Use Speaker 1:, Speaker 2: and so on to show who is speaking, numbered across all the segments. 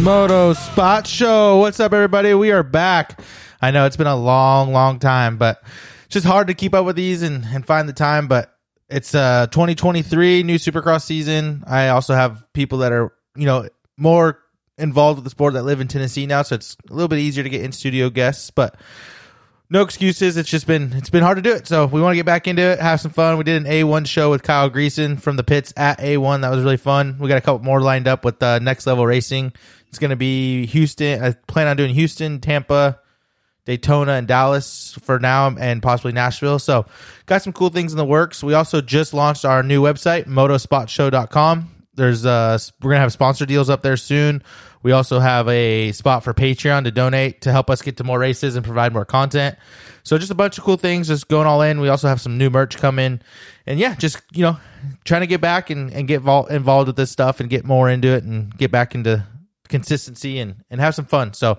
Speaker 1: Moto Spot Show. What's up, everybody? We are back. I know it's been a long, long time, but it's just hard to keep up with these and, and find the time. But it's uh 2023 new Supercross season. I also have people that are you know more involved with the sport that live in Tennessee now, so it's a little bit easier to get in studio guests. But no excuses. It's just been it's been hard to do it. So we want to get back into it, have some fun. We did an A1 show with Kyle Greason from the pits at A1. That was really fun. We got a couple more lined up with uh, Next Level Racing. It's going to be Houston. I plan on doing Houston, Tampa, Daytona, and Dallas for now, and possibly Nashville. So got some cool things in the works. We also just launched our new website, motospotshow.com. There's uh we're gonna have sponsor deals up there soon. We also have a spot for Patreon to donate to help us get to more races and provide more content. So just a bunch of cool things just going all in. We also have some new merch coming. And yeah, just you know, trying to get back and, and get vol- involved with this stuff and get more into it and get back into consistency and, and have some fun. So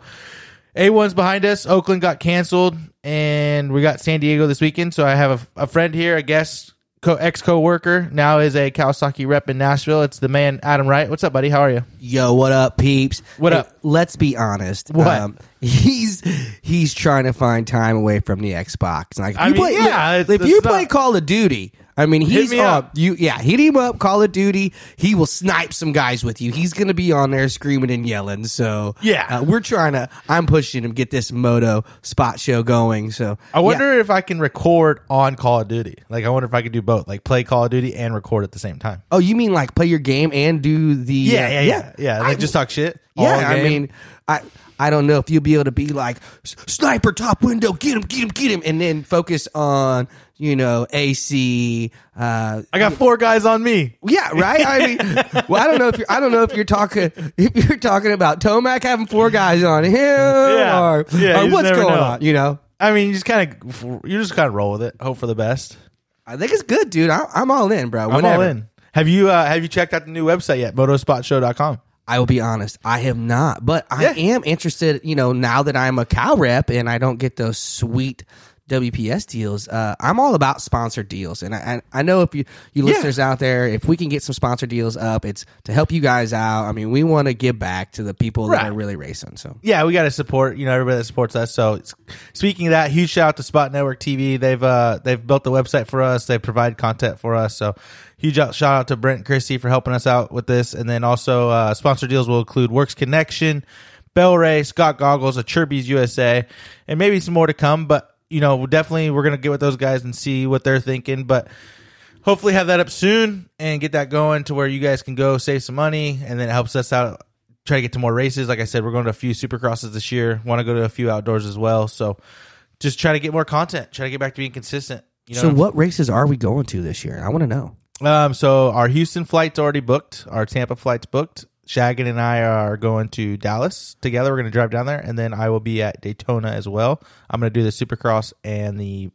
Speaker 1: a1's behind us. Oakland got canceled, and we got San Diego this weekend. So I have a, a friend here, a guest, co- ex coworker, now is a Kawasaki rep in Nashville. It's the man Adam Wright. What's up, buddy? How are you?
Speaker 2: Yo, what up, peeps?
Speaker 1: What up?
Speaker 2: Let's be honest. um,
Speaker 1: What?
Speaker 2: he's he's trying to find time away from the Xbox. Like, if
Speaker 1: I
Speaker 2: you
Speaker 1: mean,
Speaker 2: play,
Speaker 1: yeah,
Speaker 2: if,
Speaker 1: it's-
Speaker 2: if you
Speaker 1: it's
Speaker 2: play
Speaker 1: not-
Speaker 2: Call of Duty, I mean, he's
Speaker 1: me
Speaker 2: up.
Speaker 1: up.
Speaker 2: You yeah, hit him up. Call of Duty. He will snipe some guys with you. He's gonna be on there screaming and yelling. So
Speaker 1: Yeah.
Speaker 2: uh, we're trying to. I'm pushing him get this moto spot show going. So
Speaker 1: I wonder if I can record on Call of Duty. Like, I wonder if I could do both, like play Call of Duty and record at the same time.
Speaker 2: Oh, you mean like play your game and do the uh,
Speaker 1: yeah. Like, just talk shit.
Speaker 2: Yeah,
Speaker 1: all
Speaker 2: I
Speaker 1: game.
Speaker 2: mean, I I don't know if you'll be able to be like "S- sniper top window, get him, get him, get him, and then focus on you know AC. Uh,
Speaker 1: I got four guys on me.
Speaker 2: yeah, right. I mean, well, I don't know if you're I don't know if you're talking if you're talking about Tomac having four guys on him or,
Speaker 1: Yeah,
Speaker 2: or
Speaker 1: you just
Speaker 2: what's
Speaker 1: never
Speaker 2: going
Speaker 1: know.
Speaker 2: on. You know,
Speaker 1: I mean, you just kind of you just kind of roll with it, hope for the best.
Speaker 2: I think it's good, dude. I, I'm all in, bro.
Speaker 1: I'm
Speaker 2: Whenever.
Speaker 1: all in. Have you uh, have you checked out the new website yet? Motospotshow.com.
Speaker 2: I will be honest, I have not, but I
Speaker 1: Yeah.
Speaker 2: am interested. You know, now that I'm a cow rep and I don't get those sweet WPS deals, uh, I'm all about sponsored deals. And I, I I know if you you
Speaker 1: Yeah.
Speaker 2: listeners out there, if we can get some sponsored deals up, it's to help you guys out. I mean, we want to give back to the people that
Speaker 1: Right.
Speaker 2: are really racing. So
Speaker 1: yeah, we got to support you know everybody that supports us. So it's, speaking of that, huge shout out to Spot Network TV. They've uh, they've built the website for us. They provide content for us. So huge out, shout out to Brent and Christie for helping us out with this. And then also uh, sponsor deals will include Works Connection, Bell Ray, Scott Goggles, a Chirby's USA, and maybe some more to come. But you know, definitely we're gonna get with those guys and see what they're thinking. But hopefully have that up soon and get that going to where you guys can go save some money and then it helps us out try to get to more races like i said we're going to a few supercrosses this year want to go to a few outdoors as well so just try to get more content try to get back to being consistent you know
Speaker 2: so what races are we going to this year? I want to know.
Speaker 1: um so our houston flight's already booked our tampa flight's booked shagan and i are going to dallas together we're going to drive down there and then i will be at daytona as well i'm going to do the supercross and the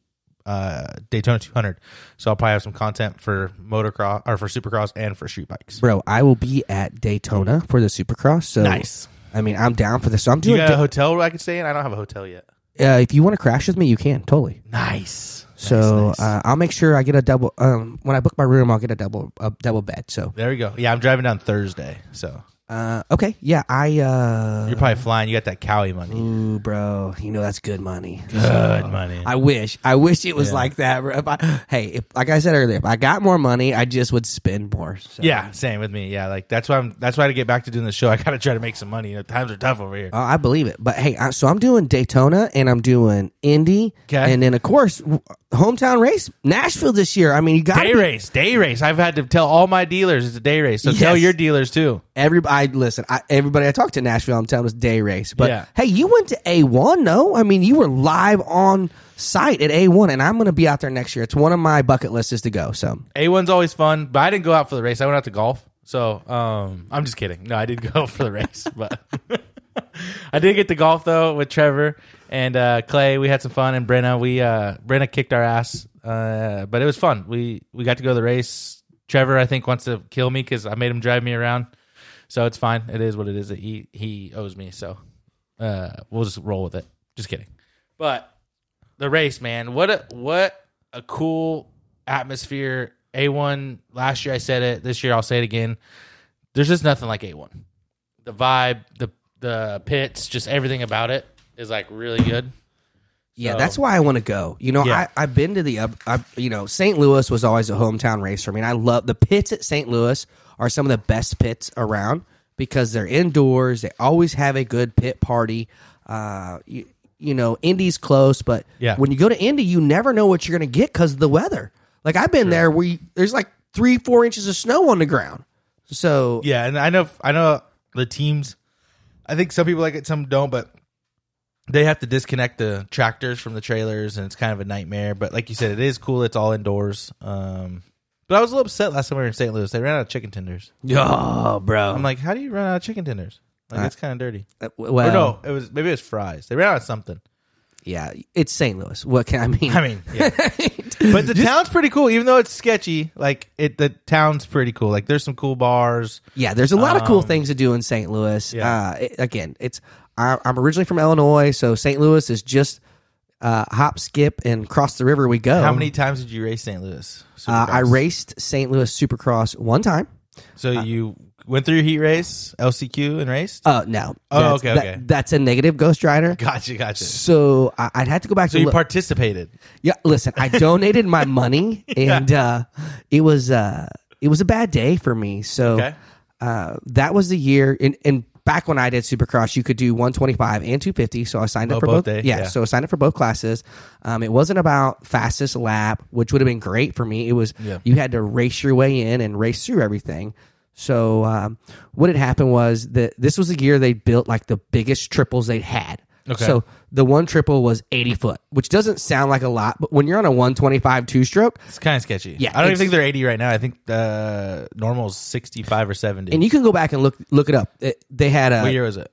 Speaker 1: uh daytona 200 so i'll probably have some content for motocross or for supercross and for street bikes
Speaker 2: Bro, I will be at Daytona for the Supercross. So
Speaker 1: Nice.
Speaker 2: I mean, I'm down for this. So I'm
Speaker 1: You
Speaker 2: doing.
Speaker 1: got a hotel I can stay in? I don't have a hotel yet.
Speaker 2: uh, if you want to crash with me, you can totally.
Speaker 1: Nice.
Speaker 2: So Uh, I'll make sure I get a double. Um, when I book my room, I'll get a double a double bed. So
Speaker 1: there we go. Yeah, I'm driving down Thursday, so
Speaker 2: uh, okay, yeah, I uh,
Speaker 1: you're probably flying. You got that Cowie money.
Speaker 2: ooh, bro, you know that's good money.
Speaker 1: Good money.
Speaker 2: I wish, I wish it was like that. Bro. If I, hey, if, like I said earlier, if I got more money, I just would spend more. So.
Speaker 1: yeah, same with me. Yeah, like that's why I'm. That's why to get back to doing the show, I gotta try to make some money. You know, times are tough over here.
Speaker 2: Oh, I believe it. But hey, I, so I'm doing Daytona and I'm doing Indy,
Speaker 1: 'Kay.
Speaker 2: and then of course w- hometown race Nashville this year. I mean, you got
Speaker 1: Day race, day race. I've had to tell all my dealers it's a day race. So
Speaker 2: Yes.
Speaker 1: tell your dealers too.
Speaker 2: Everybody, listen. I, everybody I talked to in Nashville, I'm telling was day race. But
Speaker 1: Yeah.
Speaker 2: hey, you went to A1, no? I mean, you were live on site at A1, and I'm going to be out there next year. It's one of my bucket lists is to go. So
Speaker 1: A1's always fun, but I didn't go out for the race. I went out to golf. So um, I'm just kidding. No, I didn't go for the race, but I did get to golf though with Trevor and uh, Clay. We had some fun, and Brenna. We uh, Brenna kicked our ass, uh, but it was fun. We we got to go to the race. Trevor, I think, wants to kill me because I made him drive me around. So it's fine. It is what it is. That he he owes me. So uh, we'll just roll with it. Just kidding. But the race, man. What a what a cool atmosphere. A one last year I said it. This year I'll say it again. There's just nothing like A one. The vibe, the
Speaker 3: the pits, just everything about it is like really good.
Speaker 2: Yeah,
Speaker 3: So-
Speaker 2: that's why I want to go. You know,
Speaker 1: Yeah.
Speaker 2: I, I've been to the, uh, I, you know, St. Louis was always a hometown race for me. And I love the pits at St. Louis are some of the best pits around because they're indoors. They always have a good pit party. Uh, you, you know, Indy's close, but
Speaker 1: Yeah.
Speaker 2: when you go to Indy, you never know what you're going to get because of the weather. Like I've been there where you, there's like three, four inches of snow on the ground. So
Speaker 1: Yeah, and I know I know the teams. I think some people like it, some don't, but they have to disconnect the tractors from the trailers, and it's kind of a nightmare. But like you said, it is cool. It's all indoors. Um, but I was a little upset last time we were in St. Louis. They ran out of chicken tenders.
Speaker 2: oh, bro.
Speaker 1: I'm like, how do you run out of chicken tenders? Like it's kind of dirty.
Speaker 2: uh, well,
Speaker 1: or no, it was maybe it was fries. They ran out of something.
Speaker 2: yeah, it's St. Louis. What can I mean?
Speaker 1: I mean, yeah. but the town's pretty cool, even though it's sketchy. Like it, the town's pretty cool. Like there's some cool bars.
Speaker 2: Yeah, there's a lot of cool things to do in St. Louis.
Speaker 1: Um, yeah.
Speaker 2: Uh, it- again, it's I, I'm originally from Illinois, so St. Louis is just uh, hop, skip, and cross the river we go.
Speaker 1: How many times did you race St. Louis?
Speaker 2: Um, Uh, I
Speaker 1: Supercross?
Speaker 2: raced St. Louis Supercross one time.
Speaker 1: So you went through your heat race, LCQ, and raced.
Speaker 2: Uh, no.
Speaker 1: Oh,
Speaker 2: That's-
Speaker 1: okay,
Speaker 2: that-
Speaker 1: okay.
Speaker 2: that's a negative Ghost Rider.
Speaker 1: Gotcha, gotcha. So
Speaker 2: So I, I'd have to go back to
Speaker 1: you
Speaker 2: look.
Speaker 1: participated.
Speaker 2: Yeah, listen, I donated my money, and uh, it was uh, it was a bad day for me. So
Speaker 1: Okay.
Speaker 2: uh, that was the year. And, and back when I did Supercross, you could do 125 and 250. So I signed
Speaker 1: Oh,
Speaker 2: up for
Speaker 1: both
Speaker 2: both.
Speaker 1: day,
Speaker 2: yeah,
Speaker 1: yeah.
Speaker 2: so I signed up for both classes. Um, it wasn't about fastest lap, which would have been great for me. It was
Speaker 1: Yeah.
Speaker 2: you had to race your way in and race through everything. So um, what had happened was that this was the year they built like the biggest triples they had.
Speaker 1: Okay.
Speaker 2: So the one triple was 80 foot, which doesn't sound like a lot, but when you're on a 125 two stroke,
Speaker 1: It's kind of sketchy.
Speaker 2: Yeah,
Speaker 1: I don't even
Speaker 2: it's-
Speaker 1: think they're eighty right now. I think uh, normal's sixty-five or seventy.
Speaker 2: and you can go back and look look it up. It- they had a
Speaker 1: what year was it?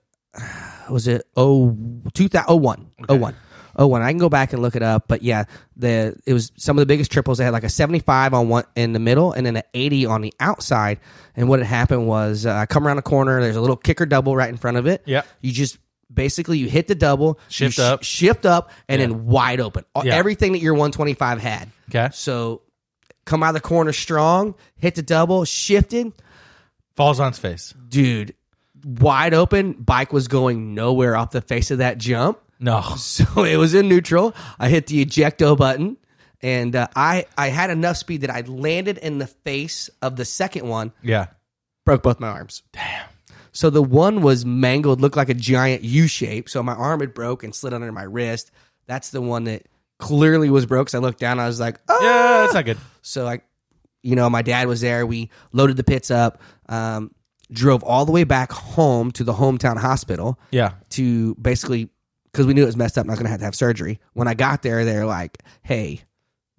Speaker 2: was it oh two thousand oh one oh one oh one. I can go back and look it up, but yeah, the it was some of the biggest triples. They had like a seventy five on one in the middle, and then an eighty on the outside. And what had happened was uh, I come around a corner. There's a little kicker double right in front of it.
Speaker 1: Yep.
Speaker 2: you just. Basically, you hit the double, you
Speaker 1: Shift up.
Speaker 2: shift up, and then wide open. All-
Speaker 1: Yeah.
Speaker 2: Everything that your 125 had.
Speaker 1: Okay,
Speaker 2: So come out of the corner strong, hit the double, shifted,
Speaker 1: falls on its face.
Speaker 2: dude, wide open. Bike was going nowhere off the face of that jump.
Speaker 1: No,
Speaker 2: So it was in neutral. I hit the ejecto button, and uh, I I had enough speed that I landed in the face of the second one,
Speaker 1: yeah,
Speaker 2: broke both my arms. Damn. So the one was mangled, looked like a giant U shape. So my arm had broke and slid under my wrist. That's the one that clearly was broke. 'cause I looked down, I was like, oh,
Speaker 1: yeah, that's not good.
Speaker 2: so I, you know, my dad was there. We loaded the pits up, um, drove all the way back home to the hometown hospital
Speaker 1: Yeah,
Speaker 2: to basically because we knew it was messed up. and I was gonna have to have surgery. When I got there, they're like, "Hey,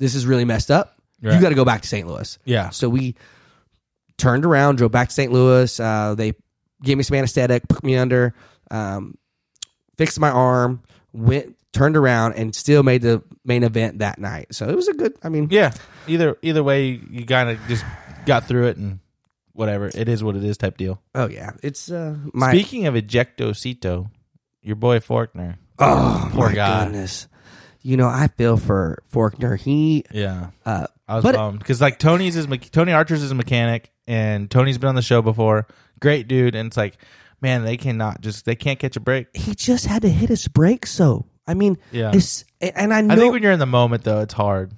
Speaker 2: this is really messed up.
Speaker 1: Right.
Speaker 2: You got to go back to St. Louis."
Speaker 1: yeah.
Speaker 2: So we turned around, drove back to St. Louis. Uh, they gave me some anesthetic, put me under, um, fixed my arm, went turned around, and still made the main event that night. So it was a good. I mean,
Speaker 1: Yeah. Either either way, you kind of just got through it and whatever. It is what it is. Type deal.
Speaker 2: Oh yeah, it's uh, my
Speaker 1: Speaking of ejectocito, your boy Faulkner.
Speaker 2: oh
Speaker 1: Poor
Speaker 2: my
Speaker 1: guy.
Speaker 2: goodness. You know, I feel for Faulkner. He
Speaker 1: Yeah.
Speaker 2: uh,
Speaker 1: I was
Speaker 2: But-
Speaker 1: bummed because like Tony's is me- Tony Archer's is a mechanic, and Tony's been on the show before. Great dude, and it's like, man, they cannot just they can't catch a break.
Speaker 2: he just had to hit his brakes. So I mean,
Speaker 1: Yeah.
Speaker 2: it's, and I know
Speaker 1: I think when you're in the moment though, it's hard.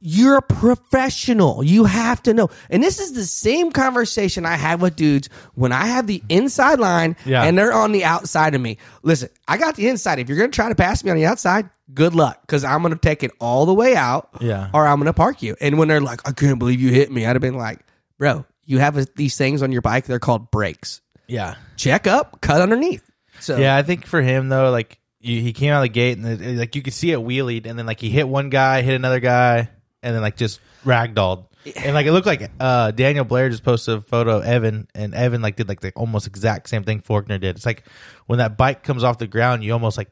Speaker 2: you're a professional. You have to know. And this is the same conversation I have with dudes when I have the inside line
Speaker 1: Yeah.
Speaker 2: and they're on the outside of me. Listen, I got the inside. If you're going to try to pass me on the outside, good luck because I'm going to take it all the way out
Speaker 1: Yeah.
Speaker 2: or I'm going to park you. And when they're like, I couldn't believe you hit me, I'd have been like, bro, you have a, these things on your bike. They're called brakes.
Speaker 1: Yeah,
Speaker 2: Check up, cut underneath. So,
Speaker 1: yeah. I think for him though, like you, he came out of the gate and it, like you could see it wheelied, and then like he hit one guy, hit another guy, and then like just ragdolled. And like it looked like uh, Daniel Blair just posted a photo of Evan, and Evan like did like the almost exact same thing Faulkner did. It's like when that bike comes off the ground, you almost like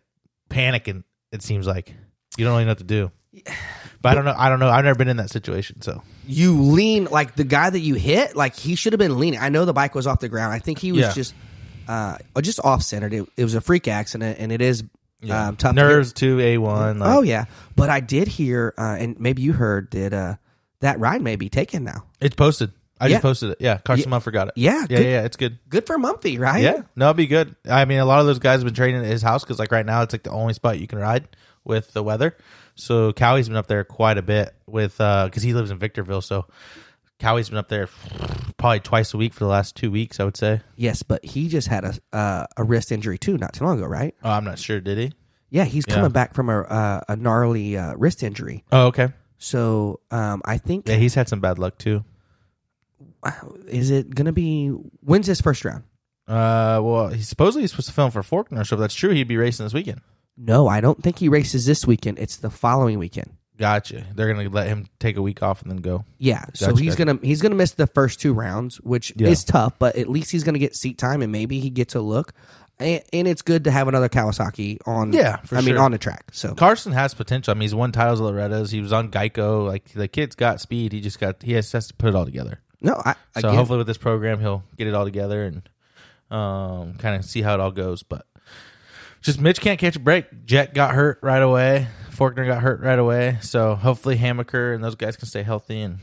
Speaker 1: panic, and it seems like you don't really know what to do. But I don't know. I don't know. I've never been in that situation, so
Speaker 2: you lean like the guy that you hit like he should have been leaning i know the bike was off the ground i think he was
Speaker 1: Yeah.
Speaker 2: just uh just off centered it, it was a freak accident and it is um, tough to get-
Speaker 1: nerves two a one. Like,
Speaker 2: oh yeah but i did hear uh and maybe you heard that uh that ride may be taken now
Speaker 1: it's posted. I
Speaker 2: Yeah.
Speaker 1: just posted it. Yeah, Carson
Speaker 2: Yeah.
Speaker 1: Muff forgot it.
Speaker 2: Yeah,
Speaker 1: yeah,
Speaker 2: good.
Speaker 1: yeah. It's good.
Speaker 2: Good for Mumphy, right?
Speaker 1: Yeah, no, it'd be good. I mean, a lot of those guys have been training at his house because, like, right now it's like the only spot you can ride with the weather. So Cowie's been up there quite a bit with because he lives in Victorville. So Cowie's been up there probably twice a week for the last two weeks. I would say.
Speaker 2: Yes, but he just had a uh, a wrist injury too, not too long ago, right?
Speaker 1: Oh, I'm not sure. Did he?
Speaker 2: Yeah, he's coming
Speaker 1: Yeah.
Speaker 2: back from a uh, a gnarly uh, wrist injury.
Speaker 1: Oh, okay.
Speaker 2: So um, I think uh,
Speaker 1: Yeah, he's had some bad luck too.
Speaker 2: is it going to be when's his first round?
Speaker 1: Uh, well, he's supposedly he's supposed to film for Forkner, so if that's true, he'd be racing this weekend.
Speaker 2: No, I don't think he races this weekend. It's the following weekend.
Speaker 1: Gotcha. They're gonna let him take a week off and then go.
Speaker 2: Yeah, so
Speaker 1: Gotcha,
Speaker 2: he's
Speaker 1: gotcha.
Speaker 2: gonna he's gonna miss the first two rounds, which
Speaker 1: Yeah.
Speaker 2: is tough, but at least he's gonna get seat time and maybe he gets a look. And, and it's good to have another Kawasaki on.
Speaker 1: Yeah, for
Speaker 2: I mean
Speaker 1: sure.
Speaker 2: on the track. So
Speaker 1: Carson has potential. I mean, he's won titles at Loretta's. He was on Geico. Like the kid's got speed. He just got he has, has to put it all together.
Speaker 2: no, I
Speaker 1: So
Speaker 2: again,
Speaker 1: hopefully with this program, he'll get it all together and um, kind of see how it all goes. But just Mitch can't catch a break. Jet got hurt right away. Forkner got hurt right away. So hopefully Hamaker and those guys can stay healthy and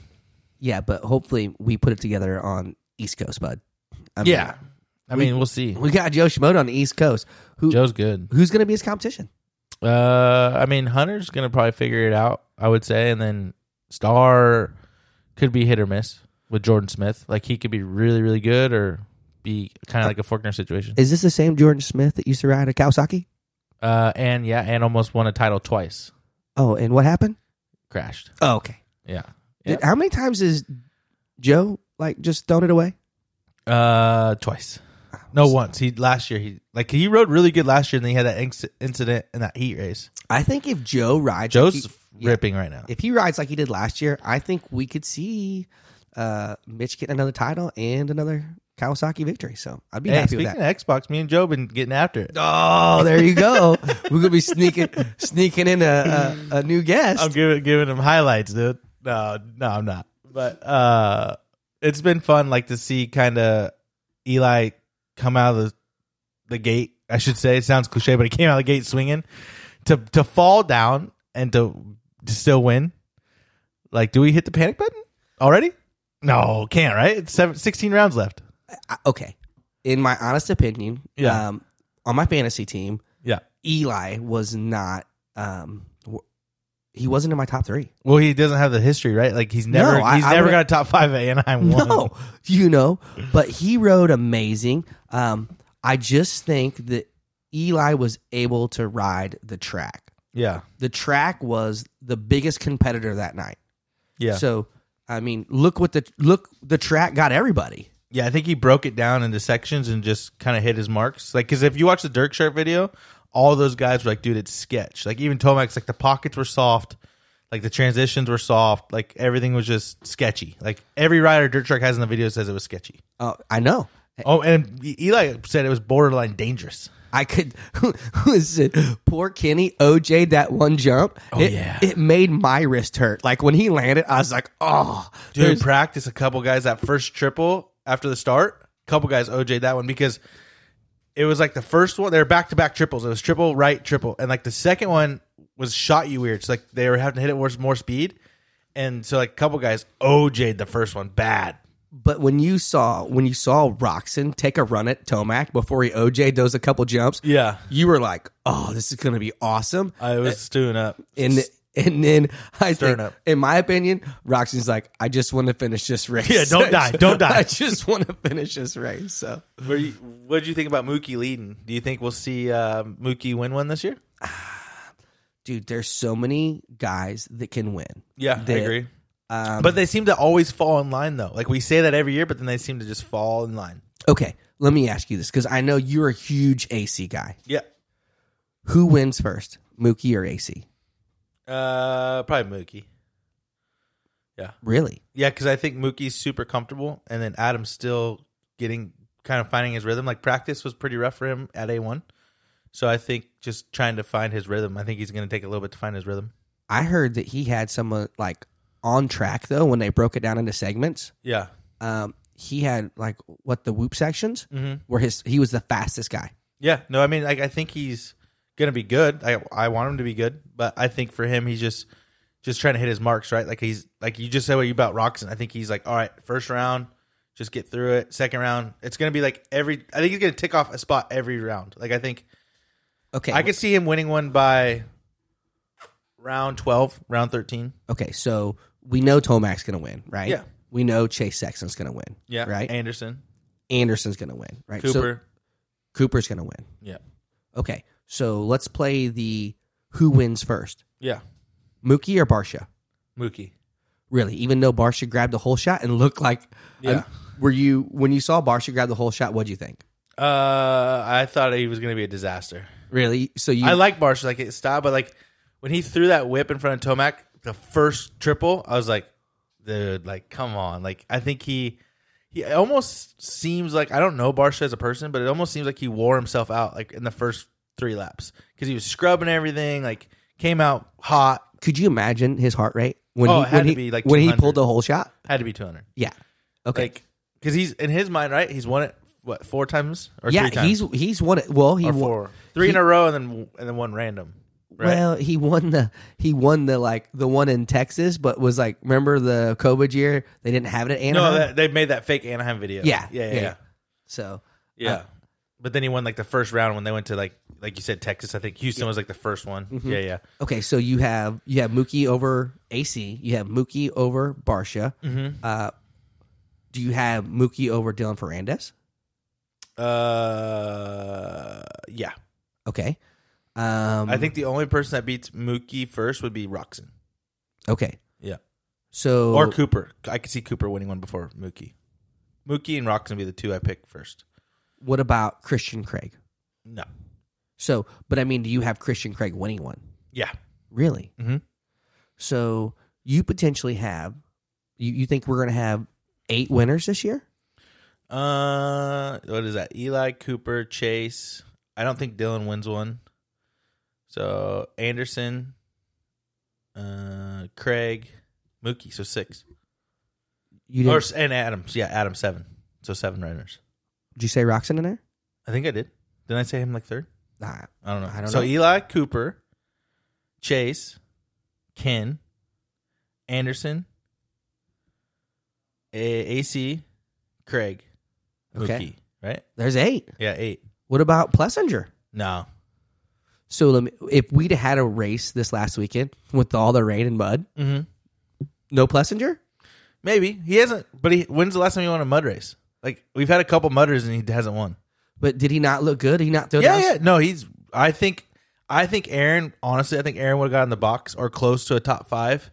Speaker 2: yeah, but hopefully we put it together on East Coast, bud. I mean,
Speaker 1: yeah. I mean, we'll see.
Speaker 2: we got Joe Shimoda on the East Coast. Who
Speaker 1: Joe's good.
Speaker 2: who's gonna be his competition?
Speaker 1: Uh, I mean, Hunter's gonna probably figure it out. I would say, and then Star could be hit or miss with Jordan Smith. Like he could be really, really good, or be kind of like a Forkner situation.
Speaker 2: Is this the same Jordan Smith that used to ride a Kawasaki?
Speaker 1: Uh, and yeah, and almost won a title twice.
Speaker 2: Oh, and what happened?
Speaker 1: Crashed.
Speaker 2: Oh, okay.
Speaker 1: Yeah.
Speaker 2: Did- how many times is Joe like just thrown it away?
Speaker 1: Uh, twice. No, once. He last year he like he rode really good last year, and then he had that inc- incident in that heat race.
Speaker 2: I think if Joe rides,
Speaker 1: Joe's
Speaker 2: he- yeah.
Speaker 1: ripping right now.
Speaker 2: if he rides like he did last year, I think we could see uh, Mitch get another title and another Kawasaki victory. So I'd be
Speaker 1: Hey,
Speaker 2: happy
Speaker 1: speaking
Speaker 2: with
Speaker 1: of
Speaker 2: that.
Speaker 1: Xbox, me and Joe been getting after it.
Speaker 2: Oh, there you go. We're gonna be sneaking sneaking in a, a, a new guest.
Speaker 1: I'm giving giving him highlights, dude. No, no, I'm not. But uh, it's been fun, like to see kind of Eli come out of the the gate. I should say it sounds cliche, but he came out of the gate swinging to to fall down and to to still win. Like, do we hit the panic button already? No, can't right. It's seven, 16 rounds left.
Speaker 2: I- okay, in my honest opinion,
Speaker 1: Yeah.
Speaker 2: um, on my fantasy team,
Speaker 1: Yeah.
Speaker 2: Eli was not. Um, w- he wasn't in my top three.
Speaker 1: Well, he doesn't have the history, right? Like he's never
Speaker 2: No, I-
Speaker 1: he's
Speaker 2: I
Speaker 1: never
Speaker 2: would-
Speaker 1: got a top five A, and I'm one.
Speaker 2: No, you know, but he rode amazing. Um, I just think that Eli was able to ride the track.
Speaker 1: Yeah.
Speaker 2: The track was the biggest competitor that night.
Speaker 1: Yeah.
Speaker 2: So, I mean, look what the look the track got everybody.
Speaker 1: Yeah, I think he broke it down into sections and just kind of hit his marks. Like, because if you watch the Dirk Shirt video, all those guys were like, dude, it's sketch. Like, even Tomac's like, the pockets were soft. Like, the transitions were soft. Like, everything was just sketchy. Like, every rider Dirt Shark has in the video says it was sketchy.
Speaker 2: Uh, I know.
Speaker 1: Oh, and E- Eli said it was borderline dangerous.
Speaker 2: I could listen. Poor Kenny OJ that one jump. Oh it,
Speaker 1: yeah.
Speaker 2: it made my wrist hurt. Like when he landed, I was like, oh,
Speaker 1: Dude,
Speaker 2: there's-
Speaker 1: practice a couple guys that first triple after the start. Couple guys OJ that one because it was like the first one. They were back to back triples. It was triple right triple, and like the second one was shot you weird. So like they were having to hit it with more speed, and so like a couple guys OJ'd the first one bad.
Speaker 2: But when you saw when you saw Roxon take a run at Tomac before he OJ does a couple jumps,
Speaker 1: Yeah,
Speaker 2: you were like, "Oh, this is going to be awesome."
Speaker 1: I was stewing up.
Speaker 2: And and then I
Speaker 1: Stirring
Speaker 2: think,
Speaker 1: up.
Speaker 2: in my opinion, Roxon's like, "I just want to finish this race."
Speaker 1: Yeah, don't die, don't die.
Speaker 2: I just want to finish this race. So
Speaker 1: Were you, what did you think about Mookie leading? Do you think we'll see uh, Mookie win one this year?
Speaker 2: dude, there's so many guys that can win.
Speaker 1: Yeah,
Speaker 2: That-
Speaker 1: I agree.
Speaker 2: Um,
Speaker 1: But they seem to always fall in line though. Like we say that every year, but then they seem to just fall in line.
Speaker 2: okay, let me ask you this because I know you're a huge AC guy.
Speaker 1: Yeah.
Speaker 2: Who wins first, Mookie or AC?
Speaker 1: Uh, probably Mookie.
Speaker 2: Really?
Speaker 1: Yeah, because I think Mookie's super comfortable, and then Adam's still getting kind of finding his rhythm. Like practice was pretty rough for him at A one, so I think just trying to find his rhythm. I think he's going to take a little bit to find his rhythm.
Speaker 2: I heard that he had someone like on track though when they broke it down into segments.
Speaker 1: Yeah,
Speaker 2: Um, he had like what the whoop sections
Speaker 1: Mhm.
Speaker 2: where his he was the fastest guy.
Speaker 1: yeah. No, I mean, like I think he's going to be good. I I want him to be good, but I think for him, he's just just trying to hit his marks, right? Like he's like you just said what you about Roxon. I think he's like, all right, first round, just get through it. Second round, it's gonna be like every. I think he's gonna tick off a spot every round. Like I think
Speaker 2: Okay.
Speaker 1: I could see him winning one by round twelve, round thirteen.
Speaker 2: okay. So we know Tomac's going to win, right?
Speaker 1: Yeah.
Speaker 2: We know Chase Sexton's going to win.
Speaker 1: Yeah,
Speaker 2: Right.
Speaker 1: Anderson,
Speaker 2: Anderson's going to win. Right. So
Speaker 1: Cooper.
Speaker 2: Cooper's going to win.
Speaker 1: yeah,
Speaker 2: Okay. So let's play the who wins first,
Speaker 1: yeah,
Speaker 2: Mookie or Barsha?
Speaker 1: Mookie.
Speaker 2: Really, even though Barsha grabbed the whole shot and looked like, um,
Speaker 1: Yeah.
Speaker 2: were you when you saw Barsha grab the whole shot? What'd you think?
Speaker 1: Uh, I thought he was gonna be a disaster.
Speaker 2: Really? So you
Speaker 1: I like Marsh, like his style, but like when he threw that whip in front of Tomac, the first triple, I was like, dude, like come on, like I think he. He it almost seems like I don't know Barsha as a person, but it almost seems like he wore himself out like in the first three laps because he was scrubbing everything, like came out hot,
Speaker 2: could you imagine his heart rate when
Speaker 1: Oh,
Speaker 2: he
Speaker 1: it had
Speaker 2: when
Speaker 1: to
Speaker 2: he,
Speaker 1: be, like,
Speaker 2: when he
Speaker 1: 200.
Speaker 2: pulled the whole shot?
Speaker 1: had to be two hundred,
Speaker 2: Yeah. Okay.
Speaker 1: like because he's in his mind, right? He's won it what four times or
Speaker 2: yeah,
Speaker 1: three times?
Speaker 2: he's he's won it. Well, he
Speaker 1: or
Speaker 2: won,
Speaker 1: four, three in a row, and then and then one random. Right?
Speaker 2: well he won the he won the like the one in Texas, but was like remember the COVID year they didn't have it at Anaheim.
Speaker 1: no, that, they made that fake Anaheim video.
Speaker 2: yeah, Uh,
Speaker 1: yeah, yeah. yeah.
Speaker 2: So
Speaker 1: Yeah.
Speaker 2: Uh,
Speaker 1: but then he won like the first round when they went to like like you said Texas. I think Houston was like the first one.
Speaker 2: Mm-hmm.
Speaker 1: Yeah, yeah.
Speaker 2: okay, so you have you have Mookie over AC, you have Mookie over Barsha.
Speaker 1: Mm-hmm.
Speaker 2: Uh, do you have Mookie over Dylan Fernandez?
Speaker 1: Uh, yeah.
Speaker 2: Okay. Um,
Speaker 1: I think the only person that beats Mookie first would be Roxon.
Speaker 2: okay.
Speaker 1: Yeah,
Speaker 2: So
Speaker 1: or Cooper. I could see Cooper winning one before Mookie. Mookie and Roxon would be the two I pick first.
Speaker 2: what about Christian Craig?
Speaker 1: No.
Speaker 2: So, but I mean, do you have Christian Craig winning one?
Speaker 1: Yeah.
Speaker 2: Really?
Speaker 1: Mhm.
Speaker 2: So you potentially have you, you think we're going to have eight winners this year?
Speaker 1: Uh, what is that? Eli Cooper Chase. I don't think Dylan wins one. So Anderson, uh, Craig, Mookie. So six.
Speaker 2: You
Speaker 1: Or,
Speaker 2: didn't,
Speaker 1: and Adams. Yeah, Adams seven. So seven runners.
Speaker 2: did you say Roxon in there?
Speaker 1: I think I did. Didn't I say him like third?
Speaker 2: Nah.
Speaker 1: I don't know.
Speaker 2: I don't
Speaker 1: so
Speaker 2: know.
Speaker 1: Eli Cooper, Chase, Ken, Anderson, A- AC, Craig, Mookie.
Speaker 2: Okay.
Speaker 1: Right?
Speaker 2: There's eight.
Speaker 1: Yeah, eight.
Speaker 2: What about Plessinger?
Speaker 1: No.
Speaker 2: So let me, if we'd had a race this last weekend with all the rain and mud,
Speaker 1: Mm-hmm.
Speaker 2: no Plessinger?
Speaker 1: Maybe he hasn't. But he, when's the last time he won a mud race? Like we've had a couple mudders and he hasn't won.
Speaker 2: But did he not look good? Did he not throw
Speaker 1: Yeah,
Speaker 2: down-
Speaker 1: yeah. No, he's. I think. I think Aaron. Honestly, I think Aaron would have got in the box or close to a top five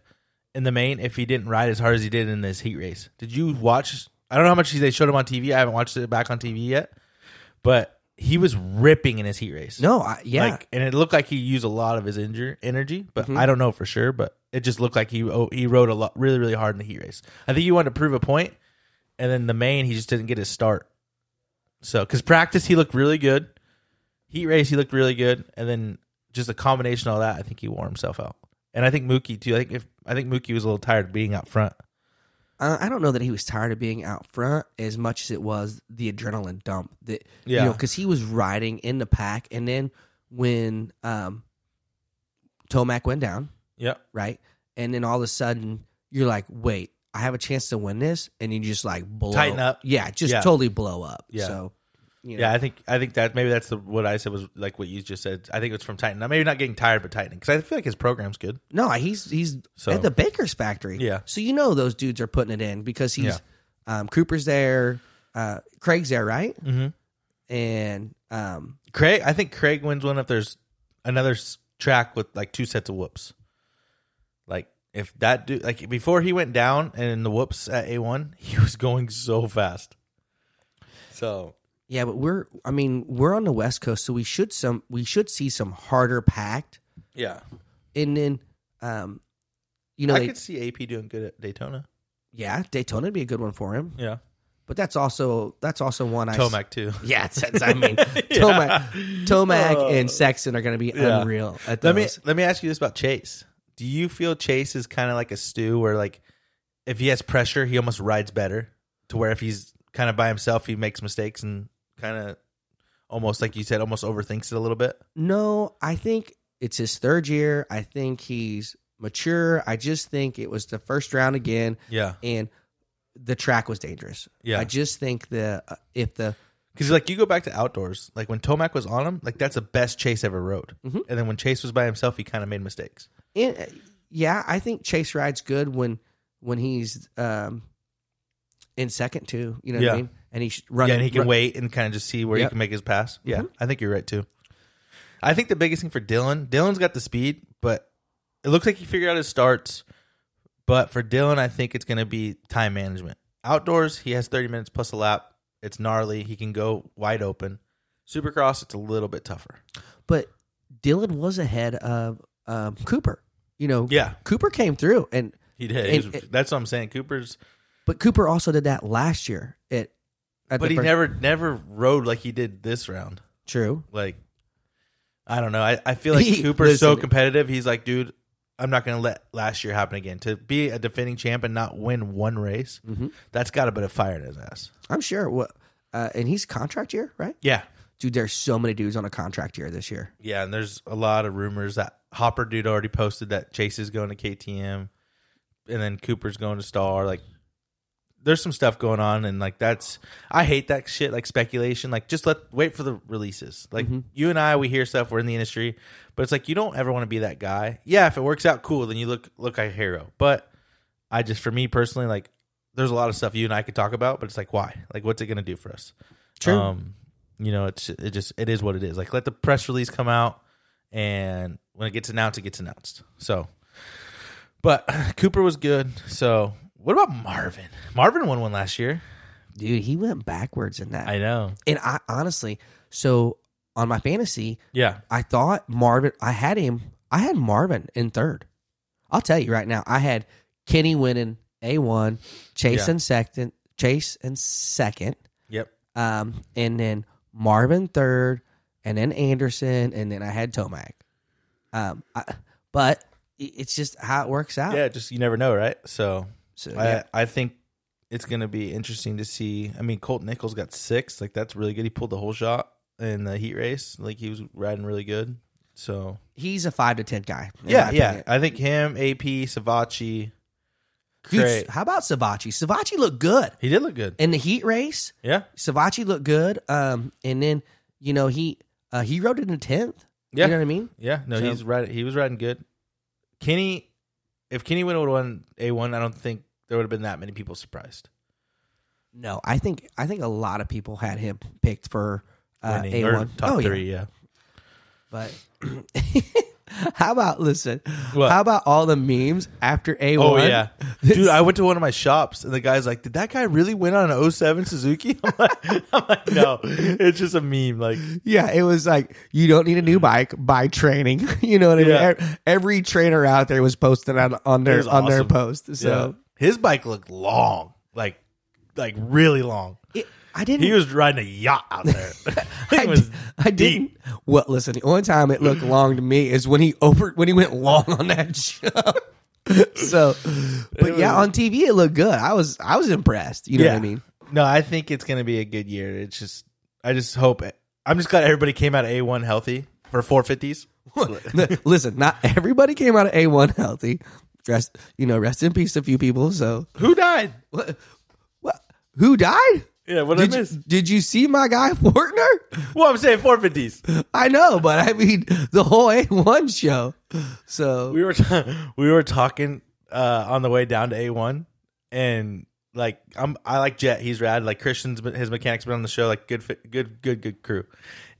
Speaker 1: in the main if he didn't ride as hard as he did in this heat race. Did you watch? I don't know how much they showed him on TV. I haven't watched it back on TV yet, but he was ripping in his heat race.
Speaker 2: No, I, yeah.
Speaker 1: Like, and it looked like he used a lot of his injur- energy, but I don't know for sure. But it just looked like he oh, he rode a lot, really, really hard in the heat race. I think he wanted to prove a point, and then the main he just didn't get his start. So, because practice he looked really good, heat race he looked really good, and then just a combination of all that, I think he wore himself out. And I think Mookie too. I think if I think Mookie was a little tired of being out front.
Speaker 2: uh, I don't know that he was tired of being out front as much as it was the adrenaline dump that you
Speaker 1: Yeah.
Speaker 2: know because he was riding in the pack and then when um Tomac went down
Speaker 1: Yep.
Speaker 2: right and then all of a sudden you're like wait I have a chance to win this and you just like blow
Speaker 1: Tighten up.
Speaker 2: yeah just
Speaker 1: Yeah.
Speaker 2: totally blow up
Speaker 1: Yeah.
Speaker 2: so you know.
Speaker 1: Yeah, I think I think that maybe that's the what I said was like what you just said. I think it's from Titan. Now, Maybe not getting tired, but tightening because I feel like his program's good.
Speaker 2: no he's he's
Speaker 1: So-
Speaker 2: at the baker's factory
Speaker 1: Yeah.
Speaker 2: so you know those dudes are putting it in because he's um, Cooper's there uh, Craig's there right
Speaker 1: Mm-hmm.
Speaker 2: and um
Speaker 1: Craig, I think Craig wins one if there's another s- track with like two sets of whoops. Like if that dude, like before he went down and in the whoops at A one, he was going so fast. So
Speaker 2: Yeah, but we're I mean, we're on the West Coast, so we should some we should see some harder packed.
Speaker 1: yeah,
Speaker 2: And then um you know
Speaker 1: I
Speaker 2: they,
Speaker 1: could see AP doing good at Daytona.
Speaker 2: yeah, Daytona'd be a good one for him.
Speaker 1: Yeah,
Speaker 2: But that's also that's also one I s-
Speaker 1: Tomac too.
Speaker 2: Yeah, it's, it's- I mean
Speaker 1: Yeah.
Speaker 2: Tomac Tomac
Speaker 1: Oh.
Speaker 2: and Sexton are gonna be
Speaker 1: Yeah.
Speaker 2: unreal at
Speaker 1: Let me
Speaker 2: those.
Speaker 1: let me ask you this about Chase. Do you feel Chase is kind of like a stew where like if he has pressure, he almost rides better to where if he's kind of by himself, he makes mistakes and kind of almost like you said, almost overthinks it a little bit.
Speaker 2: No, I think it's his third year. I think he's mature. I just think it was the first round again,
Speaker 1: Yeah.
Speaker 2: and the track was dangerous.
Speaker 1: Yeah.
Speaker 2: I just think the uh, if the
Speaker 1: Because like you go back to outdoors, like when Tomac was on him, like that's the best Chase ever rode. And then when Chase was by himself, he kind of made mistakes.
Speaker 2: it, yeah, I think Chase rides good when when he's um in second too. You know what
Speaker 1: Yeah.
Speaker 2: I mean? And he's running.
Speaker 1: yeah, and he can
Speaker 2: run-
Speaker 1: wait and kind of just see where
Speaker 2: Yep.
Speaker 1: he can make his pass. Yeah, I think you're right too. I think the biggest thing for Dylan, Dylan's got the speed, but it looks like he figured out his starts. But for Dylan, I think it's going to be time management. Outdoors, he has 30 minutes plus a lap. It's gnarly. He can go wide open. Supercross, it's a little bit tougher.
Speaker 2: But Dylan was ahead of um, Cooper. You know,
Speaker 1: Yeah,
Speaker 2: Cooper came through, and
Speaker 1: he did.
Speaker 2: And-
Speaker 1: He was- that's what I'm saying. Cooper's,
Speaker 2: but Cooper also did that last year. At, at
Speaker 1: but
Speaker 2: the
Speaker 1: he
Speaker 2: first-
Speaker 1: never never rode like he did this round.
Speaker 2: true.
Speaker 1: like I don't know. I, I feel like
Speaker 2: He-
Speaker 1: Cooper's so
Speaker 2: listen.
Speaker 1: competitive. He's like, dude, I'm not gonna let last year happen again. To be a defending champ and not win one race,
Speaker 2: Mm-hmm.
Speaker 1: that's got a bit of fire in his ass.
Speaker 2: I'm sure. What uh, and he's contract year, right?
Speaker 1: Yeah,
Speaker 2: Dude, there's so many dudes on a contract year this year.
Speaker 1: yeah. And there's a lot of rumors that Hopper dude already posted that Chase is going to KTM, and then Cooper's going to Star. Like, there's some stuff going on, and like that's I hate that shit. Like speculation. Like just let wait for the releases. Like you and I, we hear stuff. We're in the industry, but it's like you don't ever want to be that guy. Yeah, if it works out, cool. Then you look look like a hero. But I just for me personally, like there's a lot of stuff you and I could talk about, but it's like why? Like what's it gonna do for us?
Speaker 2: True.
Speaker 1: Um, you know, it's it just it is what it is. Like let the press release come out, and when it gets announced, it gets announced. So, but Cooper was good. So what about Marvin? Marvin won one last year.
Speaker 2: Dude, he went backwards in that.
Speaker 1: I know.
Speaker 2: and I honestly, so on my fantasy,
Speaker 1: Yeah.
Speaker 2: I thought Marvin. I had him. I had Marvin in third. I'll tell you right now. I had Kenny winning a one, Chase
Speaker 1: Yeah.
Speaker 2: in second, Chase in second,
Speaker 1: Yep.
Speaker 2: um, and then Marvin third, and then Anderson, and then I had Tomac. Um, I, but it- it's just how it works out.
Speaker 1: Yeah. Just you never know, right? So
Speaker 2: So, yeah.
Speaker 1: I I think it's gonna be interesting to see. I mean, Colt Nichols got six. Like that's really good. He pulled the whole shot in the heat race. Like he was riding really good. So
Speaker 2: he's a five to ten guy. in
Speaker 1: yeah,
Speaker 2: my
Speaker 1: yeah.
Speaker 2: opinion.
Speaker 1: I think him, AP, Savachi.
Speaker 2: Dude,
Speaker 1: Great.
Speaker 2: how about Savachi? Savachi looked good
Speaker 1: He did look good.
Speaker 2: in the heat race.
Speaker 1: Yeah.
Speaker 2: Savachi looked good. Um, and then you know he uh, he rode in the tenth.
Speaker 1: Yeah.
Speaker 2: You know what I mean?
Speaker 1: Yeah. No,
Speaker 2: So-
Speaker 1: he's right. He was riding good. Kenny, if Kenny would have won A one, I don't think there would have been that many people surprised.
Speaker 2: No, I think I think a lot of people had him picked for uh,
Speaker 1: Winning,
Speaker 2: A
Speaker 1: or
Speaker 2: one
Speaker 1: top three. Yeah.
Speaker 2: but how about listen?
Speaker 1: What?
Speaker 2: How about all the memes after A
Speaker 1: Oh
Speaker 2: one?
Speaker 1: yeah, dude! I went to one of my shops and the guy's like, "Did that guy really win on an 07 Suzuki?" I'm like, I'm like, "No, it's just a meme." Like,
Speaker 2: yeah. It was like you don't need a new bike by training. you know what I
Speaker 1: Yeah.
Speaker 2: mean? E- Every trainer out there was posting on on
Speaker 1: It
Speaker 2: their
Speaker 1: was
Speaker 2: on their
Speaker 1: awesome.
Speaker 2: post. So
Speaker 1: yeah. his bike looked long, like, like really long.
Speaker 2: it, I didn't.
Speaker 1: He was riding a yacht out there.
Speaker 2: I,
Speaker 1: it was
Speaker 2: d- I didn't. Well, listen. The only time it looked long to me is when he over when he went long on that jump. so, but yeah,
Speaker 1: was-
Speaker 2: on TV it looked good. I was I was impressed. You know what I mean?
Speaker 1: No, I think it's going to be a good year. It's just, I just hope. It, I'm just glad everybody came out of A1 healthy for 450s.
Speaker 2: listen, not everybody came out of A one healthy. Rest, you know, rest in peace. A few people. So,
Speaker 1: Who died?
Speaker 2: what, what, who died?
Speaker 1: Yeah, what
Speaker 2: Did
Speaker 1: I
Speaker 2: you,
Speaker 1: miss?
Speaker 2: did you see my guy Fortner?
Speaker 1: Well, I'm saying 450s.
Speaker 2: I know, but I mean the whole A one show. So
Speaker 1: We were t- we were talking uh, on the way down to A1, and like I'm I like Jet. He's rad. Like Christian's been- his mechanic's been on the show. Like good fi- good good good crew,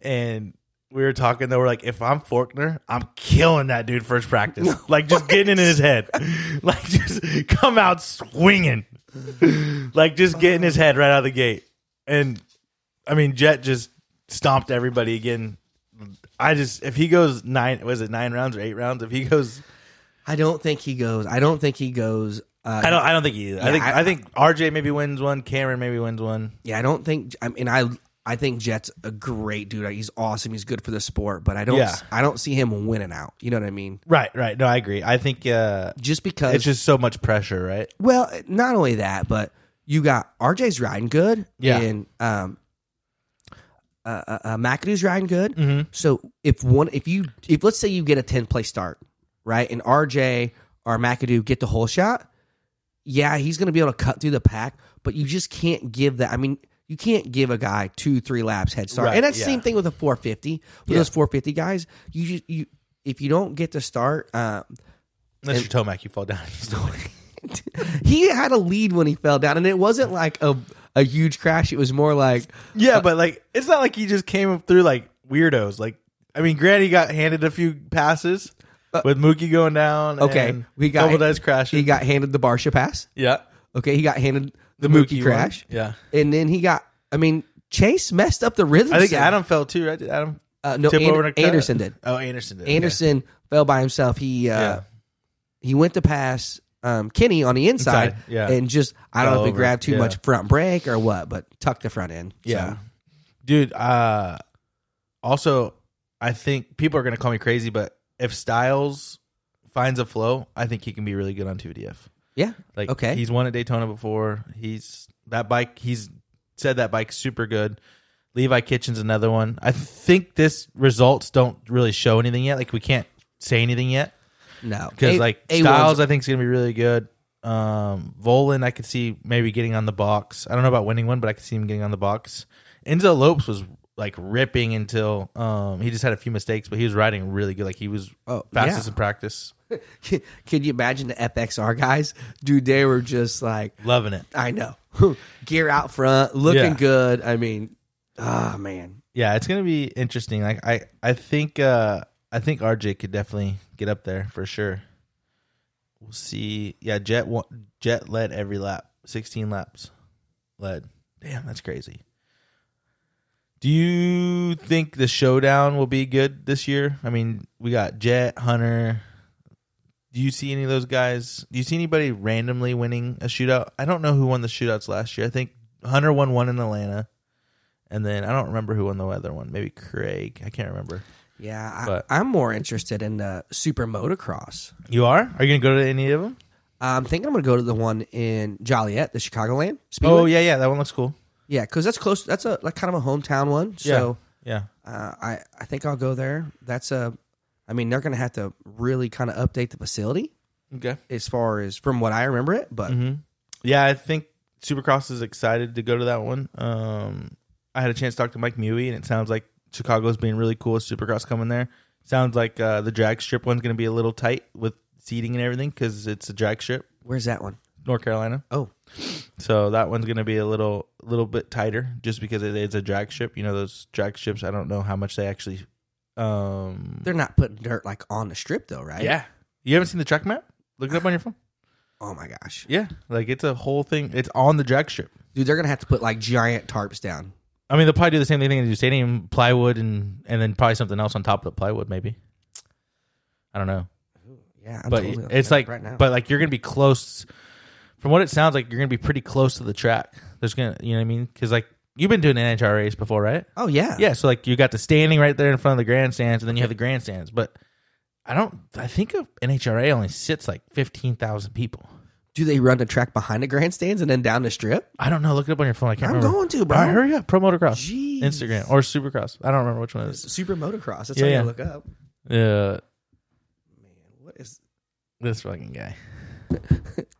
Speaker 1: and. We were talking though. We're like, if I'm Forkner, I'm killing that dude first practice. Like just getting it in his head, like just come out swinging. like just getting his head right out of the gate. And I mean, Jet just stomped everybody again. I just if he goes nine, was it nine rounds or eight rounds? If he goes,
Speaker 2: I don't think he goes. I don't think he goes. Uh,
Speaker 1: I don't, I don't think he. I think,
Speaker 2: I-
Speaker 1: I, think RJ maybe wins one. Cameron maybe wins one.
Speaker 2: yeah, I don't think. I mean, I I think Jet's a great dude. He's awesome. He's good for the sport, but I don't.
Speaker 1: Yeah.
Speaker 2: I don't see him winning out. You know what I mean?
Speaker 1: Right, right. No, I agree. I think uh,
Speaker 2: Just because
Speaker 1: it's just so much pressure, right?
Speaker 2: Well, not only that, but you got RJ's riding good.
Speaker 1: Yeah.
Speaker 2: And um, uh, uh, uh, McAdoo's riding good.
Speaker 1: Mm-hmm.
Speaker 2: So if one, if you, if let's say you get a 10 place start, right? And RJ or McAdoo get the whole shot, yeah, he's going to be able to cut through the pack, but you just can't give that. I mean, you can't give a guy two, three laps head start.
Speaker 1: Right,
Speaker 2: and that's
Speaker 1: yeah.
Speaker 2: the same thing with a 450. With
Speaker 1: Yeah.
Speaker 2: those 450 guys, you, ju- you if you don't get to start, uh,
Speaker 1: Unless you're Tomac, you fall down.
Speaker 2: he had a lead when he fell down, and it wasn't like a a huge crash. It was more like
Speaker 1: yeah, but like it's not like he just came up through like weirdos. Like I mean, granted, he got handed a few passes with Mookie going down.
Speaker 2: Uh, okay,
Speaker 1: and
Speaker 2: we got
Speaker 1: Valdez crashing.
Speaker 2: He got handed the Barsha pass.
Speaker 1: yeah,
Speaker 2: Okay, he got handed the, Mookie,
Speaker 1: one.
Speaker 2: crash,
Speaker 1: Yeah,
Speaker 2: and then he got. I mean, Chase messed up the rhythm.
Speaker 1: I think
Speaker 2: set.
Speaker 1: Adam fell too. Right? Did Adam
Speaker 2: Uh, no,
Speaker 1: tip
Speaker 2: Ander-
Speaker 1: over to cut?
Speaker 2: Anderson did.
Speaker 1: Oh, Anderson did. okay.
Speaker 2: Anderson fell by himself. He uh,
Speaker 1: Yeah.
Speaker 2: he went to pass um, Kenny on the inside,
Speaker 1: Inside, yeah.
Speaker 2: and just I
Speaker 1: Fell
Speaker 2: don't know if he
Speaker 1: over,
Speaker 2: grabbed too
Speaker 1: yeah.
Speaker 2: much front brake or what, but tucked the front end.
Speaker 1: Yeah.
Speaker 2: So,
Speaker 1: Dude, uh also I think people are gonna call me crazy, but if Styles finds a flow, I think he can be really good on two DF.
Speaker 2: yeah.
Speaker 1: Like
Speaker 2: Okay.
Speaker 1: he's won at Daytona before. He's that bike he's said that bike's super good. Levi Kitchen's another one. I think this results don't really show anything yet. Like we can't say anything yet.
Speaker 2: No,
Speaker 1: Because
Speaker 2: A-
Speaker 1: like
Speaker 2: A1's
Speaker 1: Styles I think is gonna be really good. Um Volin I could see maybe getting on the box. I don't know about winning one, but I could see him getting on the box. Enzo Lopes was like ripping until um he just had a few mistakes, but he was riding really good. Like he was
Speaker 2: Oh,
Speaker 1: fastest
Speaker 2: yeah.
Speaker 1: in practice.
Speaker 2: Can, can you imagine the FXR guys? Dude, they were just like,
Speaker 1: Loving it.
Speaker 2: I know, gear out front, looking
Speaker 1: Yeah.
Speaker 2: good. I mean, ah man,
Speaker 1: Yeah, it's gonna be interesting. Like I I think uh I think RJ could definitely get up there for sure. We'll see. Yeah, Jet won- Jet led every lap, sixteen laps led. Damn, that's crazy. Do you think the showdown will be good this year? I mean, we got Jet Hunter. Do you see any of those guys? Do you see anybody randomly winning a shootout? I don't know who won the shootouts last year. I think Hunter won one in Atlanta. And then I don't remember who won the other one. Maybe Craig. I can't remember.
Speaker 2: yeah.
Speaker 1: But-
Speaker 2: I, I'm more interested in the super motocross.
Speaker 1: You are? Are you going to go to any of them?
Speaker 2: I'm thinking I'm gonna go to the one in Joliet, the Chicagoland. Speedway.
Speaker 1: Oh, yeah, yeah. That one looks cool.
Speaker 2: yeah, because that's close. That's a like kind of a hometown one. So
Speaker 1: Yeah.
Speaker 2: uh, I I think I'll go there. That's a, I mean, they're gonna have to really kind of update the facility
Speaker 1: Yeah. Okay.
Speaker 2: as far as from what I remember it, but
Speaker 1: hmm Yeah, I think Supercross is excited to go to that one. Um, I had a chance to talk to Mike Mewey, and it sounds like Chicago's being really cool with Supercross coming there. Sounds like uh, the drag strip one's going to be a little tight with seating and everything because it's a drag strip,
Speaker 2: where's that one?
Speaker 1: North Carolina.
Speaker 2: Oh,
Speaker 1: So that one's going to be a little little bit tighter just because it is a drag strip. You know those drag strips, I don't know how much they actually um
Speaker 2: they're not putting dirt like on the strip though, right?
Speaker 1: Yeah. You haven't seen the track map? Look it up on your phone.
Speaker 2: Oh my gosh.
Speaker 1: Yeah. Like it's a whole thing. It's on the drag strip.
Speaker 2: Dude, they're gonna have to put like giant tarps down.
Speaker 1: I mean, they'll probably do the same thing they do stadium plywood and and then probably something else on top of the plywood maybe. I don't know.
Speaker 2: Yeah, I'm
Speaker 1: but
Speaker 2: totally looking
Speaker 1: it's
Speaker 2: at it
Speaker 1: like
Speaker 2: right now.
Speaker 1: but like you're gonna be close from what it sounds like you're gonna be pretty close to the track there's gonna you know what i mean because like you've been doing nhr race before right
Speaker 2: oh yeah,
Speaker 1: yeah so like you got the standing right there in front of the grandstands and then you have the grandstands but i don't i think of nhra only sits like 15000 people
Speaker 2: Do they run the track behind the grandstands and then down the strip?
Speaker 1: i don't know look it up on your phone i can't
Speaker 2: I'm
Speaker 1: remember
Speaker 2: going to,
Speaker 1: All
Speaker 2: bro.
Speaker 1: right, hurry up pro motocross
Speaker 2: Jeez.
Speaker 1: instagram or supercross i don't remember which one it is
Speaker 2: Super motocross. That's
Speaker 1: Yeah,
Speaker 2: how you
Speaker 1: yeah.
Speaker 2: look up.
Speaker 1: uh,
Speaker 2: What is
Speaker 1: this fucking guy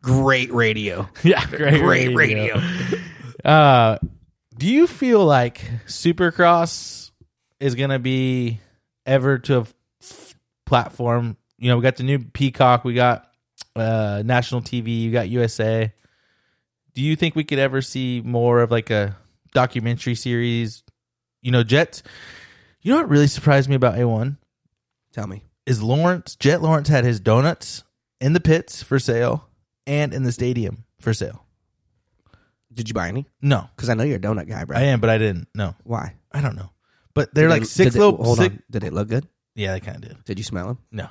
Speaker 2: great radio?
Speaker 1: yeah great,
Speaker 2: Great radio.
Speaker 1: Uh, do you feel like Supercross is gonna be ever to a f- platform? You know, we got the new Peacock, we got uh, national TV, you got USA. Do you think we could ever see more of like a documentary series? You know, Jets. You know what really surprised me about A one
Speaker 2: Tell me.
Speaker 1: is Lawrence. Jet Lawrence had his donuts in the pits for sale and in the stadium for sale.
Speaker 2: Did you buy any?
Speaker 1: No,
Speaker 2: Because I know you're a donut guy, bro.
Speaker 1: I am, but I didn't. No.
Speaker 2: Why?
Speaker 1: I don't know. But they're
Speaker 2: Did
Speaker 1: like
Speaker 2: it-
Speaker 1: six
Speaker 2: did it-
Speaker 1: little.
Speaker 2: Hold
Speaker 1: six,
Speaker 2: on. Did it look good?
Speaker 1: Yeah, they kind of did.
Speaker 2: Did you smell them?
Speaker 1: No.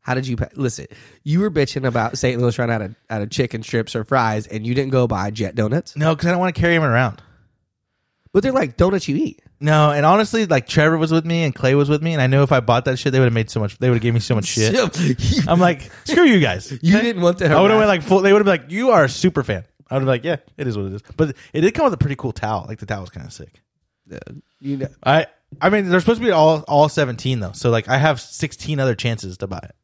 Speaker 2: How did you pa- listen? You were bitching about St. Louis running out of out of chicken strips or fries, and you didn't go buy Jet donuts.
Speaker 1: No, because I don't want to carry him around.
Speaker 2: But they're like donuts you eat.
Speaker 1: No, and honestly, like Trevor was with me and Clay was with me, and I know if I bought that shit, they would have made so much. They would have gave me so much shit.
Speaker 2: you,
Speaker 1: I'm like, screw you guys.
Speaker 2: you didn't want to.
Speaker 1: I would have went
Speaker 2: harass-
Speaker 1: like full. They would have been like, you are a super fan. I would have been like, yeah, it is what it is. But it did come with a pretty cool towel. Like the towel was kind of sick.
Speaker 2: you know,
Speaker 1: I I mean, they're supposed to be all all 17 though, so like I have 16 other chances to buy it.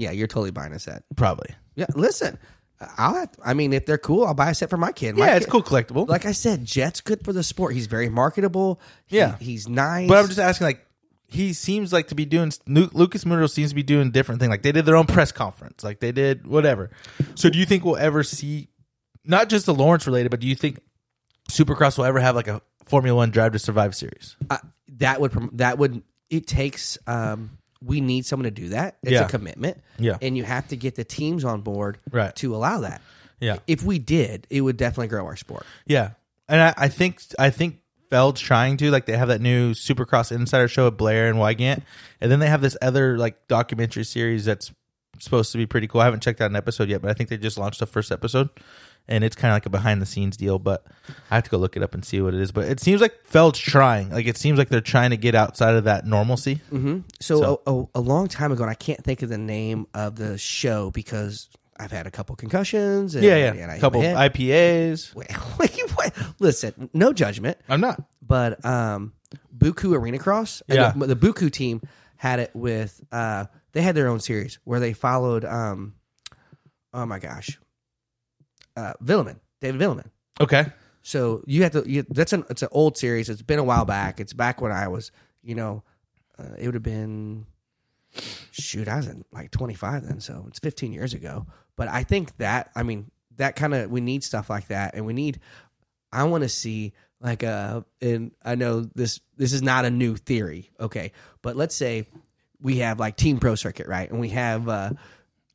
Speaker 2: Yeah, you're totally buying a set.
Speaker 1: Probably.
Speaker 2: Yeah, listen, I'll. Have, I mean, if they're cool, I'll buy a set for my kid. My
Speaker 1: Yeah, it's
Speaker 2: kid-
Speaker 1: cool collectible.
Speaker 2: Like I said, Jet's good for the sport. He's very marketable. He-
Speaker 1: Yeah.
Speaker 2: he's nice.
Speaker 1: But I'm just asking, like, he seems like to be doing Lu- Lucas Munro seems to be doing different thing. Like they did their own press conference, like they did whatever. So do you think we'll ever see not just the Lawrence related, but do you think Supercross will ever have like a Formula One Drive to Survive series?
Speaker 2: I- Uh, that would prom- that would it takes um we need someone to do that it's
Speaker 1: Yeah.
Speaker 2: a commitment
Speaker 1: Yeah.
Speaker 2: and you have to get the teams on board
Speaker 1: Right.
Speaker 2: to allow that
Speaker 1: Yeah,
Speaker 2: if we did it would definitely grow our sport
Speaker 1: yeah. And I, I think I think Feld's trying to like they have that new Supercross Insider show with Blair and Wygant, and then they have this other like documentary series that's supposed to be pretty cool. I haven't checked out an episode yet, but I think they just launched the first episode. and it's kind of like a behind the scenes deal but i have to go look it up and see what it is but it seems like feld's trying like it seems like they're trying to get outside of that normalcy
Speaker 2: so, a, a, a long time ago and i can't think of the name of the show because i've had a couple concussions and,
Speaker 1: yeah
Speaker 2: and
Speaker 1: yeah
Speaker 2: I
Speaker 1: a
Speaker 2: hit
Speaker 1: couple
Speaker 2: my head.
Speaker 1: ipas
Speaker 2: Wait, what? listen no judgment
Speaker 1: i'm not
Speaker 2: but um buku arena cross and
Speaker 1: Yeah.
Speaker 2: the, the buku team had it with uh they had their own series where they followed um oh my gosh uh Villeman, david Villeman.
Speaker 1: okay
Speaker 2: so you have to you, that's an it's an old series it's been a while back it's back when i was you know uh, it would have been shoot i was in like 25 then so it's 15 years ago but i think that i mean that kind of we need stuff like that and we need I want to see like a and I know this this is not a new theory, okay, but let's say we have like Team Pro Circuit, right? And we have uh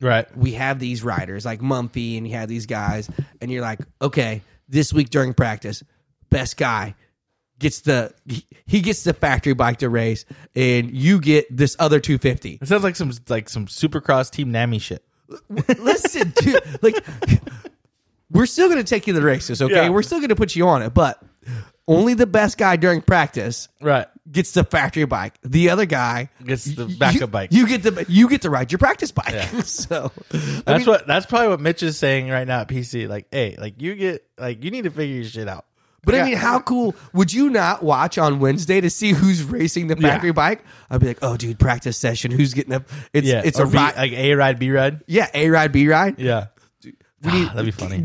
Speaker 1: right
Speaker 2: we have these riders like Mumpy and you have these guys and you're like, okay, this week during practice, best guy gets the he- he gets the factory bike to race and you get this other 250.
Speaker 1: it sounds like some like some supercross team nami shit
Speaker 2: Listen, dude, like we're still going to take you to the races, okay?
Speaker 1: Yeah.
Speaker 2: We're still going to put you on it, but only the best guy during practice
Speaker 1: right
Speaker 2: gets the factory bike. The other guy
Speaker 1: Gets the
Speaker 2: you-
Speaker 1: backup bike.
Speaker 2: You get the you get to ride your practice bike. so
Speaker 1: that's what that's probably what mitch is saying right now at pc like hey like you get like you need to figure your shit out
Speaker 2: But I mean, how cool would you not watch on Wednesday to see who's racing the factory bike? I'd be like, oh, dude, practice session. Who's getting up? It's
Speaker 1: yeah
Speaker 2: it's
Speaker 1: or
Speaker 2: a
Speaker 1: B-
Speaker 2: ride.
Speaker 1: like a ride b ride
Speaker 2: yeah, a ride, b ride.
Speaker 1: yeah Ah, that'd be funny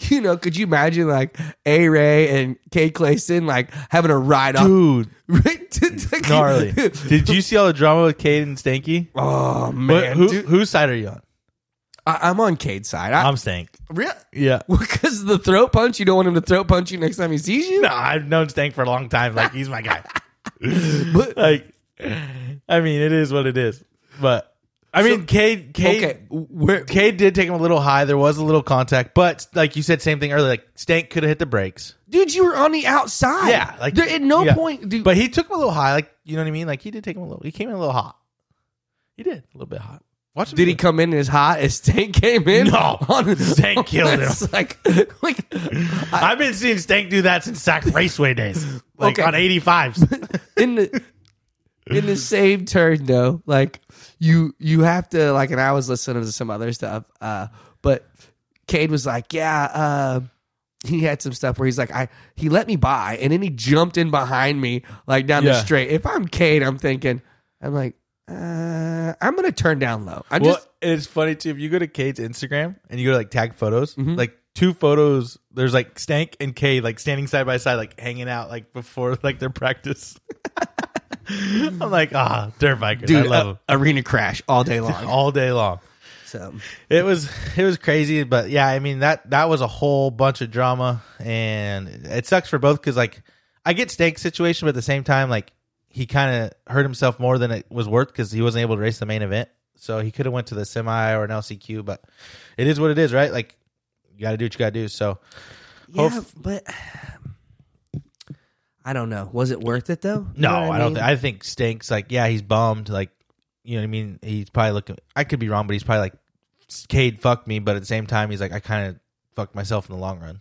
Speaker 2: you know, could you imagine like A Ray and Kay Clayson like having a ride off?
Speaker 1: dude
Speaker 2: Right? To- to-
Speaker 1: gnarly did you see all the drama with Cade and stanky
Speaker 2: oh
Speaker 1: But
Speaker 2: man,
Speaker 1: who,
Speaker 2: dude,
Speaker 1: whose side are you on
Speaker 2: I, I'm on Cade's side. I,
Speaker 1: i'm stank
Speaker 2: really?
Speaker 1: yeah
Speaker 2: Because the throat punch, you don't want him to throat punch you next time he sees you.
Speaker 1: No, I've known Stank for a long time. Like he's my guy.
Speaker 2: But-
Speaker 1: like, I mean, it is what it is. But I mean, Cade, Cade,
Speaker 2: okay, where-
Speaker 1: Cade did take him a little high. There was a little contact, but like you said, same thing earlier. Like Stank could have hit the brakes.
Speaker 2: dude, you were on the outside.
Speaker 1: Yeah, like
Speaker 2: there, at no
Speaker 1: yeah.
Speaker 2: point, dude.
Speaker 1: But he took him a little high. Like you know what I mean? Like he did take him a little. He came in a little hot. He did a little bit hot. Watch him.
Speaker 2: Did he come in as hot as Stank came in?
Speaker 1: No.
Speaker 2: on,
Speaker 1: Stank killed him.
Speaker 2: It's like, like
Speaker 1: I've been seeing Stank do that since Sack Raceway days, like
Speaker 2: Okay.
Speaker 1: on eighty fives.
Speaker 2: in the in the same turn though. Like you you have to like, and I was listening to some other stuff. Uh, but Cade was like, yeah. Uh, he had some stuff where he's like, I he let me by, and then he jumped in behind me like down the
Speaker 1: Yeah.
Speaker 2: straight. If I'm Cade, I'm thinking, I'm like, uh, I'm gonna turn down low. I'm
Speaker 1: Well,
Speaker 2: just
Speaker 1: it's funny too. If you go to Kate's Instagram and you go to like tag photos,
Speaker 2: Mm-hmm.
Speaker 1: like two photos, there's like Stank and Kate like standing side by side, like hanging out, like before like their practice. I'm like, ah, dirt bikers. I
Speaker 2: dude
Speaker 1: love
Speaker 2: uh,
Speaker 1: them
Speaker 2: arena crash all day long.
Speaker 1: all day long.
Speaker 2: so.
Speaker 1: It was it was crazy, but yeah, I mean that that was a whole bunch of drama, and it sucks for both because like I get Stank's situation, but at the same time, like he kind of hurt himself more than it was worth because he wasn't able to race the main event, so he could have went to the semi or an LCQ, but it is what it is, right? Like you got to do what you got to do. So
Speaker 2: Yeah,
Speaker 1: Hope-
Speaker 2: but I don't know. Was it worth it though? You
Speaker 1: no,
Speaker 2: know
Speaker 1: I,
Speaker 2: what
Speaker 1: don't.
Speaker 2: mean?
Speaker 1: Think, I think Stank's like yeah, he's bummed, like you know what I mean. He's probably looking. I could be wrong, but he's probably like Cade fucked me, but at the same time, he's like I kind of fucked myself in the long run.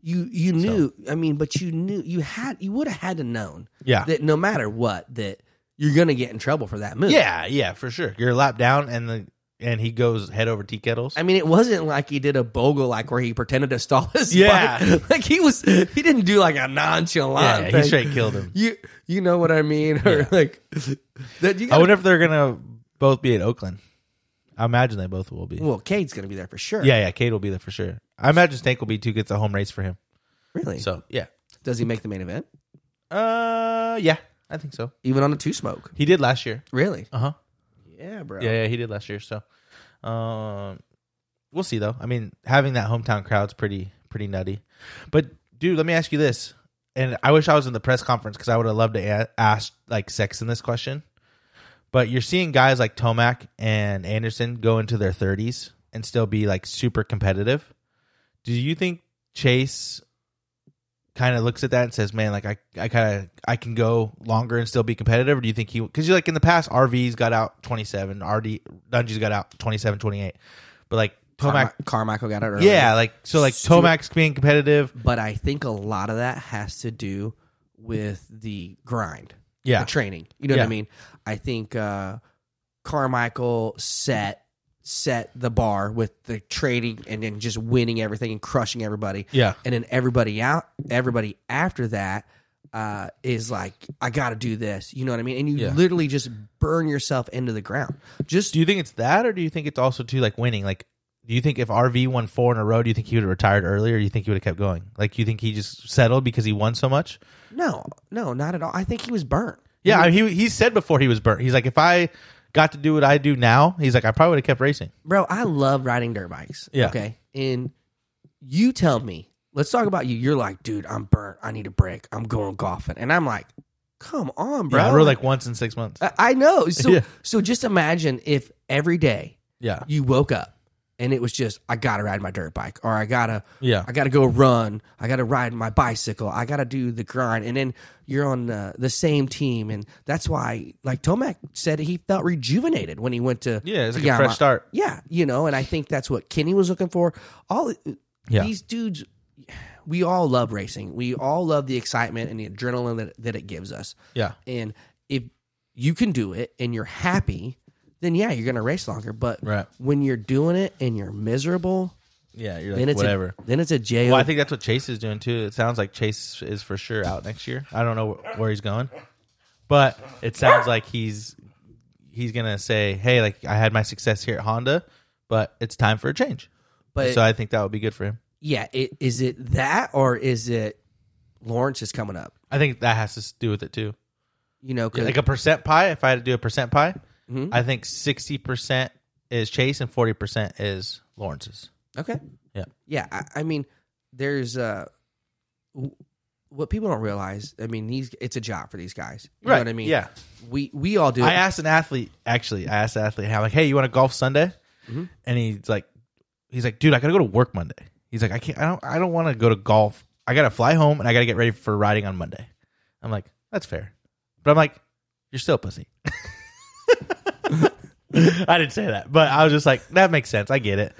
Speaker 2: you you knew. I mean, but you knew you had you would have had to known
Speaker 1: Yeah.
Speaker 2: that no matter what that you're gonna get in trouble for that move.
Speaker 1: Yeah, yeah, for sure. You're a lap down, and the and he goes head over tea kettles.
Speaker 2: I mean, it wasn't like he did a bogle like where he pretended to stall his
Speaker 1: Yeah.
Speaker 2: bike. like he was he didn't do like a nonchalant.
Speaker 1: yeah,
Speaker 2: thing.
Speaker 1: he straight killed him.
Speaker 2: You you know what I mean? Or like that you
Speaker 1: I
Speaker 2: gotta,
Speaker 1: wonder if they're gonna both be at Oakland. I imagine they both will be.
Speaker 2: Well, uh, Cade's going to be there for sure.
Speaker 1: yeah, yeah. Cade will be there for sure. I imagine Snake will be too. Gets a home race for him.
Speaker 2: Really?
Speaker 1: So yeah.
Speaker 2: Does he make the main event?
Speaker 1: Uh, yeah. I think so.
Speaker 2: Even on a two smoke?
Speaker 1: He did last year.
Speaker 2: Really?
Speaker 1: Uh huh.
Speaker 2: Yeah, bro.
Speaker 1: Yeah, yeah, he did last year. So, um, we'll see though. I mean, having that hometown crowd's pretty pretty nutty. But dude, let me ask you this, and I wish I was in the press conference because I would have loved to a- ask like Sexton this question. But you're seeing guys like Tomac and Anderson go into their 30s and still be like super competitive. Do you think Chase kind of looks at that and says, "Man, like I, I kind of, I can go longer and still be competitive"? Or do you think he? Because you like in the past, RV's got out twenty seven, RD Dungy's got out 27, 28. but like Tomac,
Speaker 2: Carmi- Carmichael got it early.
Speaker 1: yeah, like so, like
Speaker 2: Stewart-
Speaker 1: Tomac's being competitive.
Speaker 2: But I think a lot of that has to do with the grind,
Speaker 1: Yeah,
Speaker 2: the training. You know
Speaker 1: Yeah.
Speaker 2: what I mean? I think uh, Carmichael set set the bar with the trading and then just winning everything and crushing everybody.
Speaker 1: yeah,
Speaker 2: and then everybody out everybody after that uh, is like i gotta do this you know what i mean and you
Speaker 1: Yeah.
Speaker 2: literally just burn yourself into the ground just
Speaker 1: Do you think it's that, or do you think it's also too like winning? Like, do you think if RV won four in a row, do you think he would have retired earlier? Or do you think he would have kept going? Like, you think he just settled because he won so much?
Speaker 2: no no not at all i think he was burnt
Speaker 1: Yeah, I mean, he he said before he was burnt. He's like, if I got to do what I do now, he's like, I probably would have kept racing.
Speaker 2: bro i love riding dirt bikes
Speaker 1: Yeah.
Speaker 2: okay and you tell me let's talk about you you're like dude i'm burnt i need a break i'm going golfing and i'm like come on bro
Speaker 1: Yeah, I rode like once in six months.
Speaker 2: I- I know so
Speaker 1: Yeah.
Speaker 2: so just imagine if every day
Speaker 1: Yeah,
Speaker 2: you woke up and it was just i gotta ride my dirt bike or i gotta
Speaker 1: yeah,
Speaker 2: I got to go run. I got to ride my bicycle. I got to do the grind. And then you're on uh, the same team. And that's why, like Tomac said, he felt rejuvenated when he went to.
Speaker 1: yeah. It's like
Speaker 2: Yamaha.
Speaker 1: a fresh start.
Speaker 2: Yeah, you know, and I think that's what Kenny was looking for. All
Speaker 1: Yeah.
Speaker 2: these dudes, we all love racing. We all love the excitement and the adrenaline that, that it gives us.
Speaker 1: Yeah,
Speaker 2: And if you can do it and you're happy, then yeah, you're going to race longer. But
Speaker 1: Right.
Speaker 2: when you're doing it and you're miserable,
Speaker 1: yeah. You're
Speaker 2: then
Speaker 1: like
Speaker 2: it's
Speaker 1: whatever.
Speaker 2: A, then it's a jail.
Speaker 1: well, I think that's what Chase is doing too. It sounds like Chase is for sure out next year. I don't know wh- where he's going, but it sounds like he's he's gonna say, "Hey, like I had my success here at Honda, but it's time for a change."
Speaker 2: but
Speaker 1: so I think that would be good for him.
Speaker 2: yeah, it, is it that or is it Lawrence is coming up?
Speaker 1: I think that has to do with it too.
Speaker 2: You know, 'cause-
Speaker 1: Like a percent pie. If I had to do a percent pie,
Speaker 2: Mhm.
Speaker 1: I think sixty percent is Chase and forty percent is Lawrence's.
Speaker 2: okay,
Speaker 1: Yeah.
Speaker 2: yeah. I, I mean, there's uh, w- what people don't realize. I mean, these it's a job for these guys. You know what I mean?
Speaker 1: Yeah.
Speaker 2: we we all do.
Speaker 1: I
Speaker 2: it.
Speaker 1: asked an athlete actually. I asked an athlete, "How like, hey, you want to golf Sunday?"
Speaker 2: Mhm.
Speaker 1: And he's like, "He's like, dude, I gotta go to work Monday." He's like, "I can't. I don't. I don't want to go to golf. I gotta fly home and I gotta get ready for riding on Monday." I'm like, "That's fair," but I'm like, "You're still a pussy." I didn't say that, but I was just like, "That makes sense. I get it."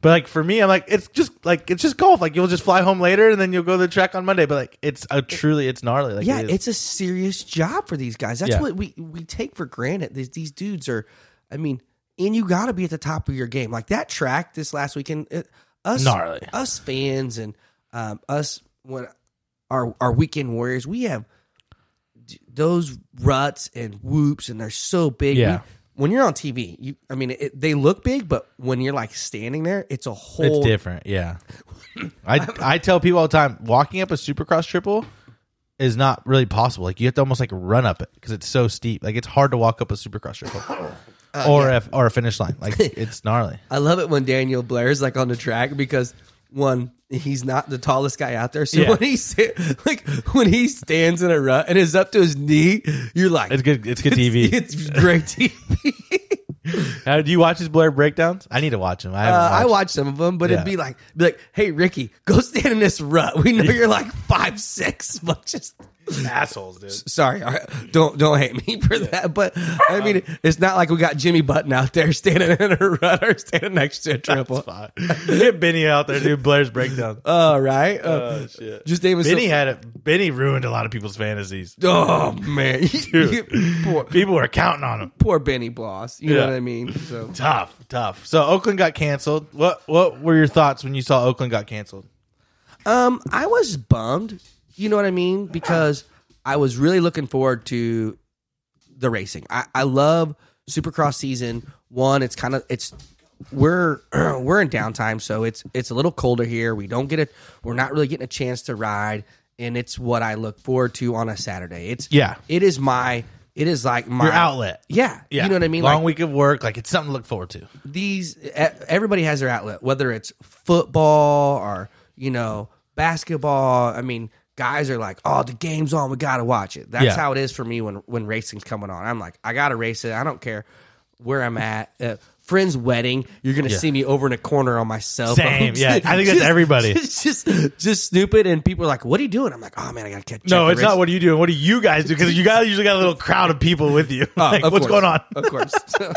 Speaker 1: But like for me, I'm like, it's just like it's just golf. Like you'll just fly home later and then you'll go to the track on Monday. But like it's a truly, it's gnarly. Like
Speaker 2: yeah,
Speaker 1: it is.
Speaker 2: it's a serious job for these guys. That's
Speaker 1: Yeah.
Speaker 2: what we we take for granted. These these dudes are, I mean, and you got to be at the top of your game. Like that track this last weekend, it, us
Speaker 1: Gnarly.
Speaker 2: us fans and um, us when our our weekend warriors, we have d- those ruts and whoops, and they're so big.
Speaker 1: Yeah.
Speaker 2: We- when you're on TV, you I mean, it, they look big, but when you're like standing there, it's a whole
Speaker 1: It's different, yeah. I I tell people all the time, walking up a supercross triple is not really possible. Like you have to almost like run up it because it's so steep. Like it's hard to walk up a supercross triple
Speaker 2: Oh. Uh,
Speaker 1: or a, or a finish line. Like it's gnarly.
Speaker 2: I love it when Daniel Blair's like on the track because one, he's not the tallest guy out there. So
Speaker 1: Yeah.
Speaker 2: when he's like when he stands in a rut and is up to his knee, you're like,
Speaker 1: It's good. It's good TV.
Speaker 2: It's great TV.
Speaker 1: Now, do you watch his Blair breakdowns? I need to watch him. I
Speaker 2: Uh, I
Speaker 1: haven't watched.
Speaker 2: watch some of them, but it'd
Speaker 1: Yeah.
Speaker 2: be like, be like, hey Ricky, go stand in this rut. We know you're like five six, but just
Speaker 1: assholes, dude.
Speaker 2: sorry, all right, don't don't hate me for that. But I mean,
Speaker 1: Um,
Speaker 2: it's not like we got Jimmy Button out there standing in a rut or standing next to a triple.
Speaker 1: Get Benny out there, dude. Blair's breakdown.
Speaker 2: All right, uh, just name
Speaker 1: Oh, Benny had it. Benny ruined a lot of people's fantasies.
Speaker 2: Oh man,
Speaker 1: Dude.
Speaker 2: poor,
Speaker 1: People were counting on him.
Speaker 2: poor Benny Bloss. You
Speaker 1: Yeah.
Speaker 2: know what I mean? So
Speaker 1: Tough, tough. So Oakland got canceled. What what were your thoughts when you saw Oakland got canceled?
Speaker 2: Um, I was bummed. You know what I mean? Because I was really looking forward to the racing. I, I love Supercross season one. It's kind of it's we're we're in downtime, so it's it's a little colder here. We don't get it. We're not really getting a chance to ride, and it's what I look forward to on a Saturday. It's
Speaker 1: Yeah.
Speaker 2: It is my it is like my
Speaker 1: Your outlet.
Speaker 2: Yeah,
Speaker 1: Yeah.
Speaker 2: you know what I mean.
Speaker 1: Long
Speaker 2: Like,
Speaker 1: week of work. Like it's something to look forward to.
Speaker 2: these e- everybody has their outlet whether it's football or you know basketball i mean guys are like oh the game's on we gotta watch it that's
Speaker 1: Yeah.
Speaker 2: how it is for me when when racing's coming on i'm like i gotta race it i don't care where i'm at uh, friend's wedding you're gonna see me over in a corner on my cell
Speaker 1: Same,
Speaker 2: phone
Speaker 1: yeah. I think that's everybody.
Speaker 2: it's just just stupid and people are like what are you doing i'm like oh man i gotta catch
Speaker 1: No,
Speaker 2: check the
Speaker 1: it's not
Speaker 2: race."
Speaker 1: what are you doing? What do you guys do? Because you got usually got a little crowd of people with you.
Speaker 2: Oh,
Speaker 1: like,
Speaker 2: of
Speaker 1: what's
Speaker 2: course.
Speaker 1: going on?
Speaker 2: of course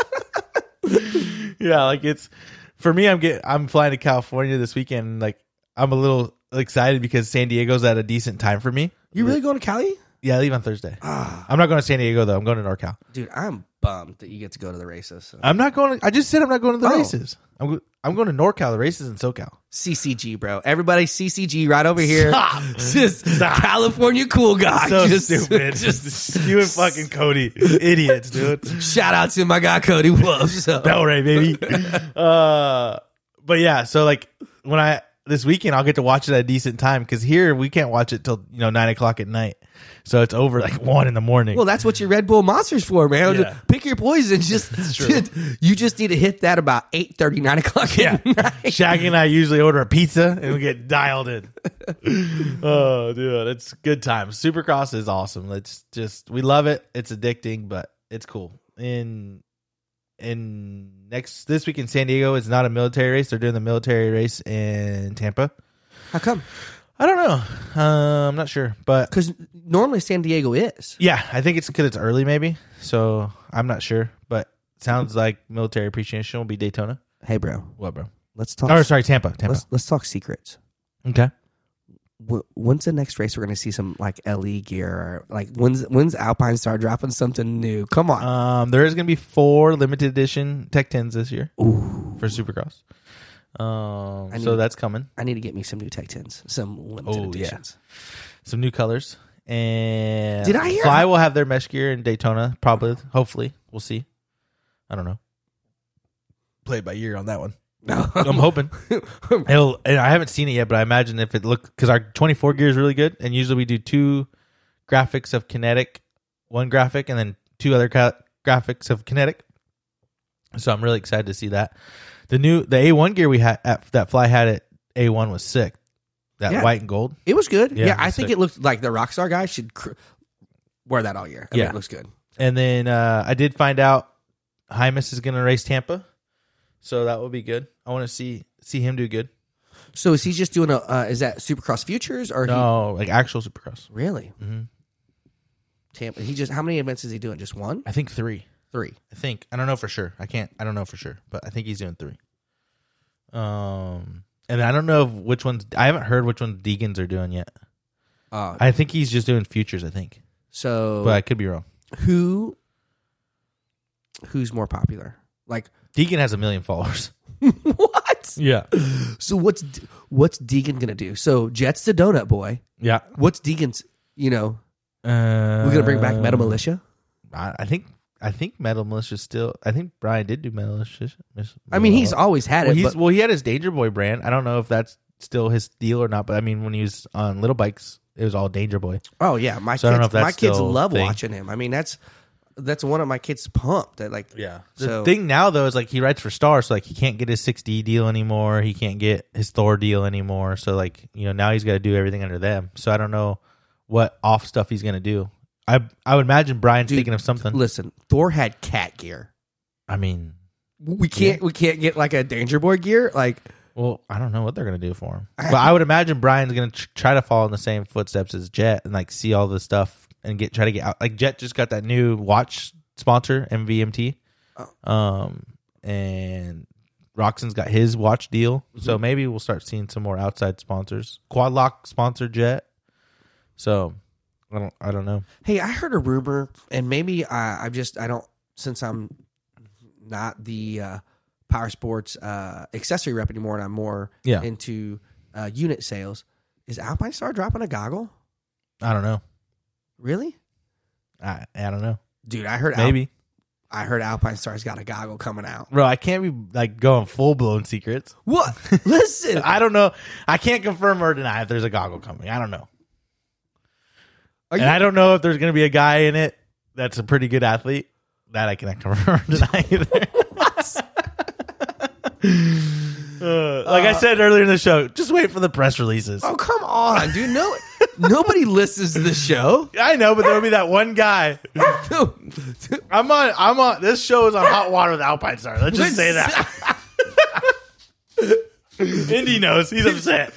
Speaker 1: yeah, like it's for me. I'm get I'm flying to California this weekend. and, Like I'm a little excited because San Diego's at a decent time for me.
Speaker 2: you really going to cali
Speaker 1: Yeah, I leave on Thursday.
Speaker 2: Ah.
Speaker 1: I'm not going to San Diego though. I'm going to NorCal.
Speaker 2: dude i'm bummed that you get to go to the races so.
Speaker 1: I'm not going. To, I just said I'm not going to the
Speaker 2: Oh.
Speaker 1: races. I'm go- I'm going to NorCal. The races in SoCal.
Speaker 2: CCG, bro. Everybody CCG right over here.
Speaker 1: Stop.
Speaker 2: Just California cool guy.
Speaker 1: So
Speaker 2: Just-
Speaker 1: stupid.
Speaker 2: Just
Speaker 1: you and fucking Cody, idiots, dude.
Speaker 2: shout out to my guy Cody Wolf. So.
Speaker 1: Bell Ray, baby. uh, but yeah, so like when I this weekend I'll get to watch it at a decent time because here we can't watch it till you know nine o'clock at night, so it's over like one in the morning.
Speaker 2: Well, that's what your Red Bull Monsters for, man.
Speaker 1: Yeah.
Speaker 2: Pick your poison. Just
Speaker 1: true.
Speaker 2: you just need to hit that about 8 9 o'clock.
Speaker 1: yeah,
Speaker 2: At night.
Speaker 1: Shaggy and I usually order a pizza and we get dialed in. oh, dude, it's good time. Supercross is awesome. It's just we love it. It's addicting, but it's cool. In in next this week in San Diego, it's not a military race. They're doing the military race in Tampa.
Speaker 2: How come?
Speaker 1: I don't know. Uh, I'm not sure, but
Speaker 2: Because normally San Diego is.
Speaker 1: yeah, I think it's because it's early, maybe. So I'm not sure, but sounds like military appreciation will be Daytona.
Speaker 2: Hey, bro.
Speaker 1: What, bro?
Speaker 2: Let's talk.
Speaker 1: Oh, sorry, Tampa. Tampa.
Speaker 2: let's, let's talk secrets.
Speaker 1: Okay.
Speaker 2: Wh- When's the next race we're going to see some like LE gear or like when's when's Alpine start dropping something new? Come on.
Speaker 1: Um, there is going to be four limited edition Tech Tens this year
Speaker 2: Ooh.
Speaker 1: for Supercross. Um,
Speaker 2: I
Speaker 1: so
Speaker 2: need-
Speaker 1: that's coming.
Speaker 2: I need to get me some new Tech Tens, some limited
Speaker 1: Oh, yeah.
Speaker 2: editions.
Speaker 1: Some new colors. And
Speaker 2: Did I hear-
Speaker 1: Fly will have their mesh gear in Daytona? Probably. Hopefully, we'll see. I don't know. Play it by year on that one.
Speaker 2: No,
Speaker 1: I'm hoping. It'll, and I haven't seen it yet, but I imagine if it look because our 24 gear is really good, and usually we do two graphics of kinetic, one graphic, and then two other ca- graphics of kinetic. So I'm really excited to see that. The new the A1 gear we had at, that Fly had at A1 was sick. That
Speaker 2: Yeah.
Speaker 1: white and gold.
Speaker 2: it was good.
Speaker 1: Yeah,
Speaker 2: Yeah,
Speaker 1: it
Speaker 2: I
Speaker 1: was
Speaker 2: think
Speaker 1: sick.
Speaker 2: it looked like the Rockstar guy should cr- wear that all year. I
Speaker 1: Yeah.
Speaker 2: mean, it looks good.
Speaker 1: And then uh, I did find out Hymus is going to race Tampa, so that will be good. I want to see see him do good.
Speaker 2: So is he just doing a? Uh, is that Supercross Futures or
Speaker 1: No, Oh, like actual Supercross.
Speaker 2: he really?
Speaker 1: Mhm.
Speaker 2: Tampa. He just how many events is he doing? Just one,
Speaker 1: I think three.
Speaker 2: three.
Speaker 1: I think I don't know for sure. I can't. I don't know for sure, but I think he's doing three. Um, and I don't know if which ones. I haven't heard which ones Deacons are doing yet.
Speaker 2: Uh,
Speaker 1: I think he's just doing futures. I think,
Speaker 2: so
Speaker 1: but I could be wrong.
Speaker 2: who who's more popular? Like
Speaker 1: Deacon has a million followers.
Speaker 2: what?
Speaker 1: Yeah,
Speaker 2: So what's what's Deegan gonna do? So Jet's the donut boy.
Speaker 1: yeah.
Speaker 2: What's Deegan's? You know,
Speaker 1: Uh,
Speaker 2: we're gonna bring back Meta Militia.
Speaker 1: I, I think. I think Metal Militia still. I think Brian did do Metal Militia.
Speaker 2: I mean, he's always had
Speaker 1: well,
Speaker 2: it.
Speaker 1: he's,
Speaker 2: but
Speaker 1: well. He had his Danger Boy brand. I don't know if that's still his deal or not. But I mean, when he was on Little Bikes, it was all Danger Boy.
Speaker 2: oh yeah, my
Speaker 1: So I
Speaker 2: kids,
Speaker 1: don't know if that's
Speaker 2: my kids
Speaker 1: still a
Speaker 2: love
Speaker 1: thing.
Speaker 2: watching him. I mean, that's that's one of my kids pumped. That like
Speaker 1: Yeah. The
Speaker 2: So
Speaker 1: thing now though is like he writes for Star, so like he can't get his 6D deal anymore. He can't get his Thor deal anymore. So like you know now he's got to do everything under them. So I don't know what off stuff he's gonna do. I I would imagine Brian's
Speaker 2: Dude,
Speaker 1: thinking of something.
Speaker 2: listen, Thor had cat gear.
Speaker 1: I mean,
Speaker 2: We can't we can't get like a Danger Boy gear. Like
Speaker 1: well, I don't know what they're gonna do for him. But I would imagine Brian's gonna tr- try to follow in the same footsteps as Jet and like see all the stuff and get try to get out. Like Jet just got that new watch sponsor MVMT. Um, and Roxon's got his watch deal. So maybe we'll start seeing some more outside sponsors. Quad Lock sponsored Jet. So I don't I don't know.
Speaker 2: hey, I heard a rumor, and maybe I, I just I don't since I'm not the uh, power sports uh, accessory rep anymore, and I'm more
Speaker 1: Yeah.
Speaker 2: into uh, unit sales. Is Alpine Star dropping a goggle?
Speaker 1: I don't know.
Speaker 2: Really,
Speaker 1: I I don't know.
Speaker 2: dude? I heard Alpine
Speaker 1: Maybe.
Speaker 2: I heard Alpine Star's got a goggle coming out.
Speaker 1: Bro, I can't be like going full blown secrets.
Speaker 2: What? Listen,
Speaker 1: I don't know. I can't confirm or deny if there's a goggle company. I don't know.
Speaker 2: Are
Speaker 1: and
Speaker 2: you-
Speaker 1: I don't know if there's going to be a guy in it that's a pretty good athlete. That I cannot confirm or deny either. Uh, like I said earlier in the show, just wait for the press releases.
Speaker 2: oh come on, dude. No, nobody listens to the show.
Speaker 1: I know, but there'll be that one guy. I'm on. I'm on. This show is on hot water with Alpine Star. Let's just say that. Indy knows. He's upset.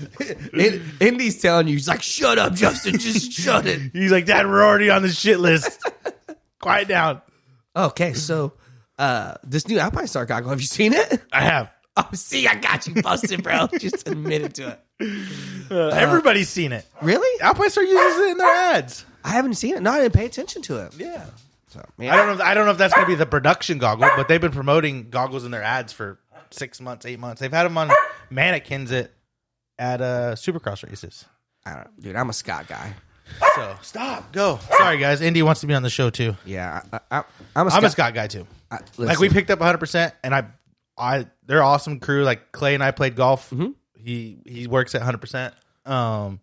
Speaker 2: In- Indy's telling you, he's like, "Shut up, Justin. Just shut it."
Speaker 1: He's like, Dad, we're already on the shit list. Quiet down.
Speaker 2: Okay, so uh this new Alpine Star goggle, have you seen it?
Speaker 1: I have.
Speaker 2: Oh, see, I got you busted, bro. Just admitted to it.
Speaker 1: Uh, Everybody's seen it.
Speaker 2: Really?
Speaker 1: Alpine Star uses it in their ads.
Speaker 2: I haven't seen it. No, I didn't pay attention to it.
Speaker 1: Yeah.
Speaker 2: So,
Speaker 1: I
Speaker 2: man,
Speaker 1: don't know. If, I don't know if that's going to be the production goggle, but they've been promoting goggles in their ads for six months, eight months. They've had them on mannequins at at uh, Supercross races.
Speaker 2: I don't, dude, I'm a Scott guy.
Speaker 1: So stop. Go. Sorry, guys. Indy wants to be on the show too.
Speaker 2: Yeah, I, I, I'm a Scott.
Speaker 1: I'm a Scott guy too.
Speaker 2: I-
Speaker 1: Like
Speaker 2: listen,
Speaker 1: we picked up 100, percent and I, I, they're awesome crew. Like Clay and I played golf.
Speaker 2: Mm-hmm.
Speaker 1: He he works at 100. percent Um,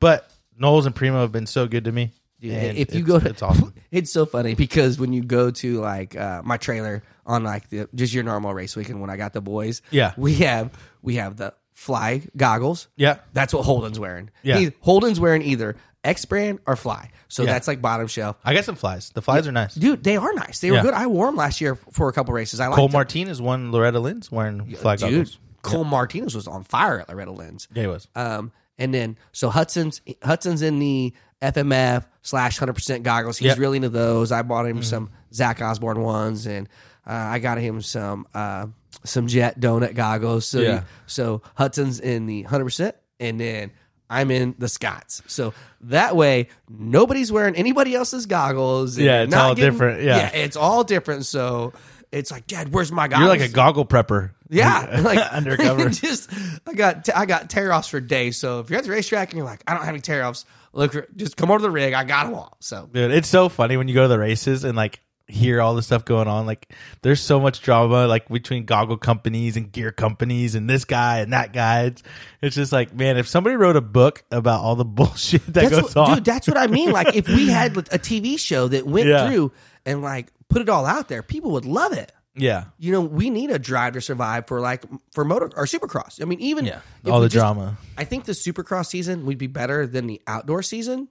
Speaker 1: but Knowles and Primo have been so good to me.
Speaker 2: dude,
Speaker 1: And
Speaker 2: if you
Speaker 1: it's-
Speaker 2: go to,
Speaker 1: it's awesome.
Speaker 2: It's so funny because when you go to like uh, my trailer on like the just your normal race weekend when I got the boys,
Speaker 1: Yeah.
Speaker 2: we have we have the fly goggles,
Speaker 1: Yeah.
Speaker 2: That's what Holden's wearing.
Speaker 1: Yeah.
Speaker 2: He, Holden's wearing either X brand or Fly. So
Speaker 1: Yeah.
Speaker 2: that's like bottom shelf.
Speaker 1: I got some flies. The flies are nice.
Speaker 2: Dude, they are nice. They were
Speaker 1: Yeah.
Speaker 2: good. I wore them last year for a couple races. I like
Speaker 1: Cole
Speaker 2: them.
Speaker 1: Martinez won Loretta Lynn's wearing fly
Speaker 2: Dude,
Speaker 1: goggles.
Speaker 2: Cole Martinez was on fire at Loretta Lynn's.
Speaker 1: Yeah, he was.
Speaker 2: Um, and then so Hudson's Hudson's in the FMF slash hundred percent goggles. He's
Speaker 1: Yep. Mm.
Speaker 2: really into those. I bought him some Zach Osborne ones, and uh, I got him some uh, some Jet Donut goggles. So
Speaker 1: Yeah.
Speaker 2: he- so Hudson's in the hundred percent, and then I'm in the Scots. So that way, nobody's wearing anybody else's goggles. and
Speaker 1: Yeah,
Speaker 2: you're
Speaker 1: it's
Speaker 2: not
Speaker 1: all different. Yeah.
Speaker 2: it's all different. So. It's like, Dad, where's my goggles?
Speaker 1: You're like a goggle prepper.
Speaker 2: Yeah, like
Speaker 1: Undercover.
Speaker 2: just I got I got tear offs for days. So if you're at the racetrack and you're like, I don't have any tear offs, look, for- just come over to the rig. I got them all. So
Speaker 1: Dude, it's so funny when you go to the races and like hear all the stuff going on. Like there's so much drama like between goggle companies and gear companies and this guy and that guy. It's, it's just like, man, if somebody wrote a book about all the bullshit that
Speaker 2: that's
Speaker 1: goes
Speaker 2: what,
Speaker 1: on.
Speaker 2: dude, that's what I mean. Like if we had a TV show that went
Speaker 1: Yeah.
Speaker 2: through and like put it all out there, people would love it.
Speaker 1: yeah.
Speaker 2: You know, we need a drive to survive for like for motor or supercross. I mean, even if
Speaker 1: all
Speaker 2: we
Speaker 1: the
Speaker 2: just-
Speaker 1: drama.
Speaker 2: I think the supercross season would be better than the outdoor season.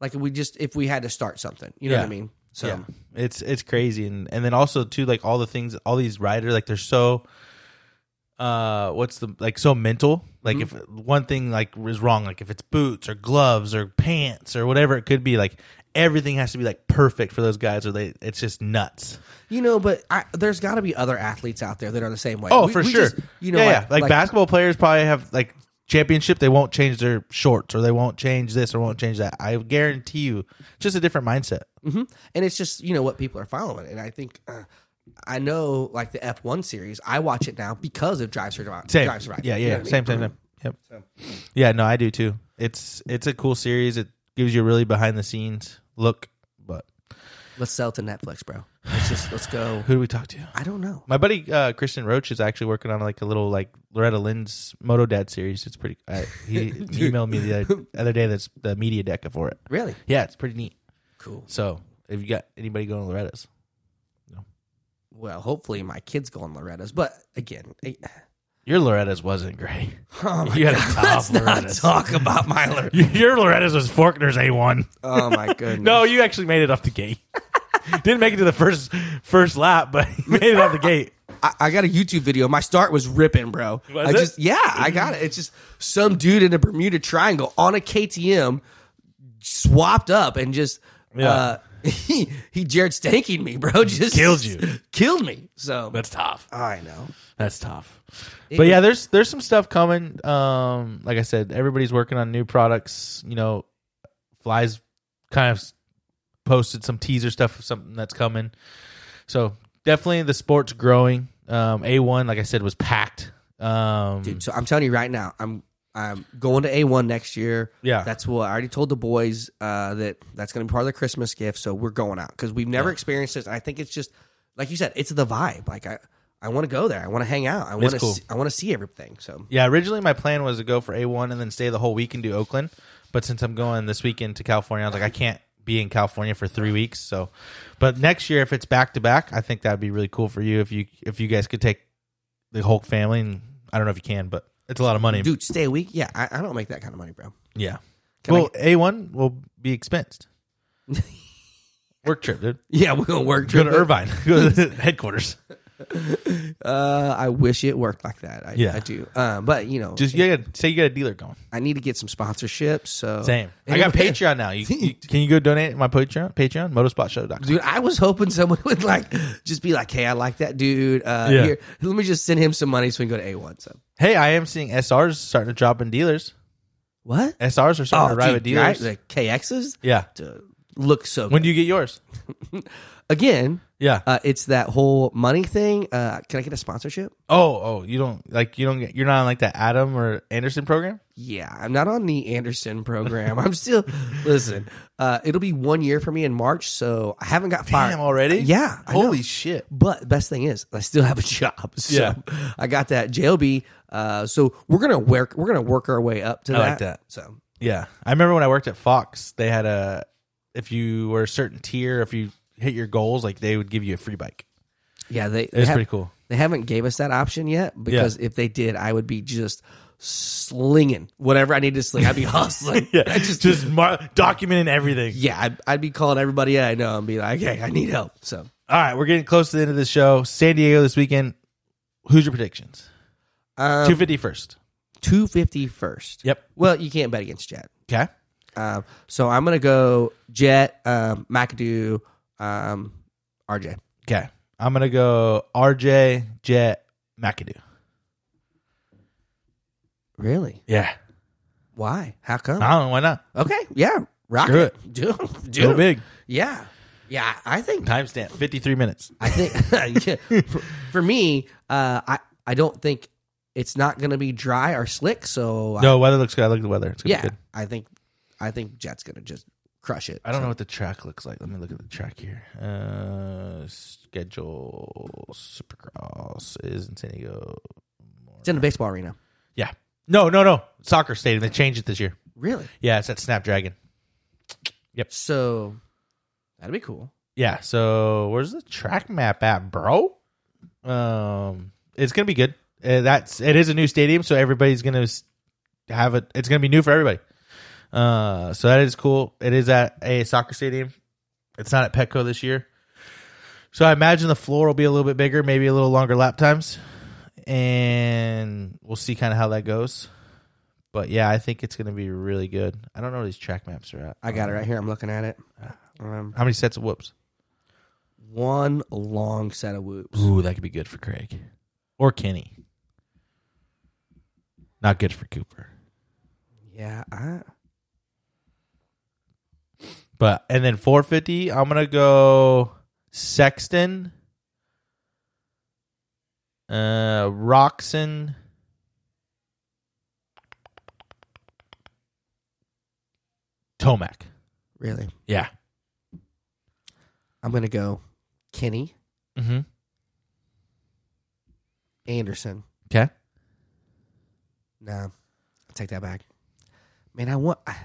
Speaker 2: Like if we just if we had to start something, you know what
Speaker 1: Yeah.
Speaker 2: I mean? So
Speaker 1: yeah. it's it's crazy and and then also too like all the things all these riders like they're so uh what's the like so mental like if one thing like is wrong like if it's boots or gloves or pants or whatever it could be like everything has to be like perfect for those guys or they it's just nuts
Speaker 2: You know, but I, there's got to be other athletes out there that are the same way.
Speaker 1: oh
Speaker 2: We-
Speaker 1: for
Speaker 2: we
Speaker 1: sure
Speaker 2: just- you know,
Speaker 1: yeah, yeah.
Speaker 2: like,
Speaker 1: like basketball players probably have like championship they won't change their shorts or they won't change this or won't change that i guarantee you it's just a different mindset
Speaker 2: mhm. and it's just you know what people are following. And I think uh, I know, like the F1 series, I watch it now because of Drive Survive.
Speaker 1: Same.
Speaker 2: Drive Survive.
Speaker 1: Yeah,
Speaker 2: You
Speaker 1: yeah,
Speaker 2: know
Speaker 1: yeah.
Speaker 2: what I mean?
Speaker 1: same, same, same. Yep. Yeah, no, I do too. It's it's a cool series. It gives you a really behind the scenes look. But
Speaker 2: Let's sell to Netflix, bro. Let's just let's go.
Speaker 1: who do we talk to?
Speaker 2: I don't know.
Speaker 1: My buddy uh, Christian Roach is actually working on like a little like Loretta Lynn's Moto Dad series. It's pretty. I he emailed me the other, other day. That's the media deck for it.
Speaker 2: Really
Speaker 1: Yeah, it's pretty neat.
Speaker 2: cool.
Speaker 1: So if you got anybody going to Loretta's,
Speaker 2: Well, hopefully my kids go on Loretta's, but again, eh,
Speaker 1: your Loretta's wasn't great.
Speaker 2: oh my
Speaker 1: You had a
Speaker 2: God,
Speaker 1: top
Speaker 2: let's not
Speaker 1: Loretta's.
Speaker 2: talk about my Loretta's.
Speaker 1: Your Loretta's was Forkner's A one.
Speaker 2: Oh my goodness.
Speaker 1: No, you actually made it off the gate. Didn't make it to the first first lap, but you made it off the gate.
Speaker 2: I, I got a YouTube video. My start was ripping, bro.
Speaker 1: Was
Speaker 2: I
Speaker 1: it?
Speaker 2: just yeah, I got it. It's just some dude in a Bermuda Triangle on a KTM swapped up and just
Speaker 1: Yeah.
Speaker 2: uh he, he Jared stanking me, bro. Just
Speaker 1: Killed you.
Speaker 2: Killed me. So
Speaker 1: That's tough.
Speaker 2: I know.
Speaker 1: That's tough. But
Speaker 2: It-
Speaker 1: yeah, there's there's some stuff coming. Um, like I said, everybody's working on new products. You know, flies kind of s- posted some teaser stuff of something that's coming. So definitely the sport's growing. Um, A one, like I said, was packed. Um,
Speaker 2: Dude, so I'm telling you right now, I'm I'm going to A1 next year.
Speaker 1: Yeah.
Speaker 2: That's what I already told the boys uh, that that's going to be part of the Christmas gift. So we're going out because we've never experienced this. I think it's just like you said, it's the vibe. Like I, I want to go there. I want to hang out. I want to.
Speaker 1: cool.
Speaker 2: See, I want to see everything. So
Speaker 1: Yeah, originally my plan was to go for A1 and then stay the whole week and do Oakland. But since I'm going this weekend to California, I was like, I can't be in California for three weeks. So, but next year, if it's back to back, I think that'd be really cool for you if you if you guys could take the Hulk family. And I don't know if you can, but it's a lot of money.
Speaker 2: dude, stay a week. Yeah, I, I don't make that kind of money, bro.
Speaker 1: yeah.
Speaker 2: Can
Speaker 1: Well, A1 will be expensed. Work trip, dude.
Speaker 2: Yeah, we're gonna work.
Speaker 1: Go to Irvine. Go to the headquarters.
Speaker 2: Uh, I wish it worked like that. I,
Speaker 1: Yeah.
Speaker 2: I do. Uh, but you know,
Speaker 1: Just you got say you got a dealer going.
Speaker 2: I need to get some sponsorships. So
Speaker 1: Same. I got Patreon now. You, you- can you go donate my Patreon? Patreon motorspotshow.com.
Speaker 2: Dude, I was hoping someone would like just be like, "Hey, I like that dude. Uh,
Speaker 1: Yeah.
Speaker 2: here, let me just send him some money so we can go to A one." So
Speaker 1: Hey, I am seeing SRs starting to drop in dealers.
Speaker 2: what? Oh,
Speaker 1: SRs are starting to arrive at dealers.
Speaker 2: the KXs
Speaker 1: yeah.
Speaker 2: to look so.
Speaker 1: When
Speaker 2: good.
Speaker 1: do you get yours?
Speaker 2: Again,
Speaker 1: Yeah.
Speaker 2: uh, it's that whole money thing. Uh, can I get a sponsorship?
Speaker 1: oh, oh, you don't like you don't get you're not on like that Adam or Anderson program?
Speaker 2: Yeah, I'm not on the Anderson program. I'm still listen. Uh, it'll be one year for me in March, so I haven't got fired
Speaker 1: Damn, already?
Speaker 2: Yeah, I know.
Speaker 1: Holy shit.
Speaker 2: But best thing is, I still have a job. So
Speaker 1: Yeah.
Speaker 2: I got that JLB. Uh, so we're gonna work. We're gonna work our way up to
Speaker 1: I
Speaker 2: that.
Speaker 1: like that.
Speaker 2: So
Speaker 1: Yeah. I remember when I worked at Fox, they had a if you were a certain tier, if you hit your goals, like they would give you a free bike.
Speaker 2: yeah, they
Speaker 1: It
Speaker 2: they,
Speaker 1: was
Speaker 2: have,
Speaker 1: pretty cool.
Speaker 2: they haven't gave us that option yet because if they did, I would be just slinging whatever I need to sling. I'd be hustling. I
Speaker 1: just just mar- documenting everything.
Speaker 2: yeah, I'd, I'd be calling everybody I know and be like, hey, I need help. So
Speaker 1: All right, we're getting close to the end of the show. San Diego this weekend. Who's your predictions?
Speaker 2: um,
Speaker 1: Two fifty first.
Speaker 2: two fifty first.
Speaker 1: Yep.
Speaker 2: Well, you can't bet against Jet.
Speaker 1: Okay.
Speaker 2: Um, so I'm gonna go Jet, um, McAdoo, um, RJ.
Speaker 1: Okay. I'm gonna go RJ Jet McAdoo.
Speaker 2: Really?
Speaker 1: Yeah.
Speaker 2: Why? How come?
Speaker 1: I don't know why not.
Speaker 2: okay, yeah, rock
Speaker 1: Screw
Speaker 2: it. do do
Speaker 1: Go big.
Speaker 2: Yeah, yeah. I think
Speaker 1: Timestamp. Fifty three minutes.
Speaker 2: I think yeah, for, for me, uh, I I don't think it's not going to be dry or slick. So I,
Speaker 1: No, weather looks good. I look at the weather. It's gonna
Speaker 2: yeah,
Speaker 1: be good.
Speaker 2: I think I think Jet's going to just crush it.
Speaker 1: I don't know what the track looks like. Let me look at the track here. Uh schedule supercross is in San Diego.
Speaker 2: It's in a baseball arena.
Speaker 1: Yeah. No, no, no. Soccer stadium. They changed it this year.
Speaker 2: Really?
Speaker 1: Yeah, it's at Snapdragon.
Speaker 2: So that'd be cool.
Speaker 1: Yeah, so where's the track map at, bro? Um, it's gonna be good. Uh, that's it is a new stadium, so everybody's gonna s- have it. It's gonna be new for everybody. Uh, so that is cool. It is at a soccer stadium. It's not at Petco this year, so I imagine the floor will be a little bit bigger, maybe a little longer lap times, and we'll see kind of how that goes. But yeah, I think it's gonna be really good. I don't know where these track maps are at.
Speaker 2: I got it right here. I'm looking at it.
Speaker 1: Uh-huh.
Speaker 2: Um,
Speaker 1: How many sets of whoops?
Speaker 2: one long set of whoops.
Speaker 1: Ooh, that could be good for Craig or Kenny. Not good for Cooper.
Speaker 2: Yeah, I,
Speaker 1: But and then 450, I'm gonna go Sexton, uh, Roxon, Tomac.
Speaker 2: really.
Speaker 1: Yeah.
Speaker 2: I'm going to go Kenny
Speaker 1: Mm-hmm.
Speaker 2: Anderson.
Speaker 1: Okay.
Speaker 2: No, I'll take that back. Man, I want I,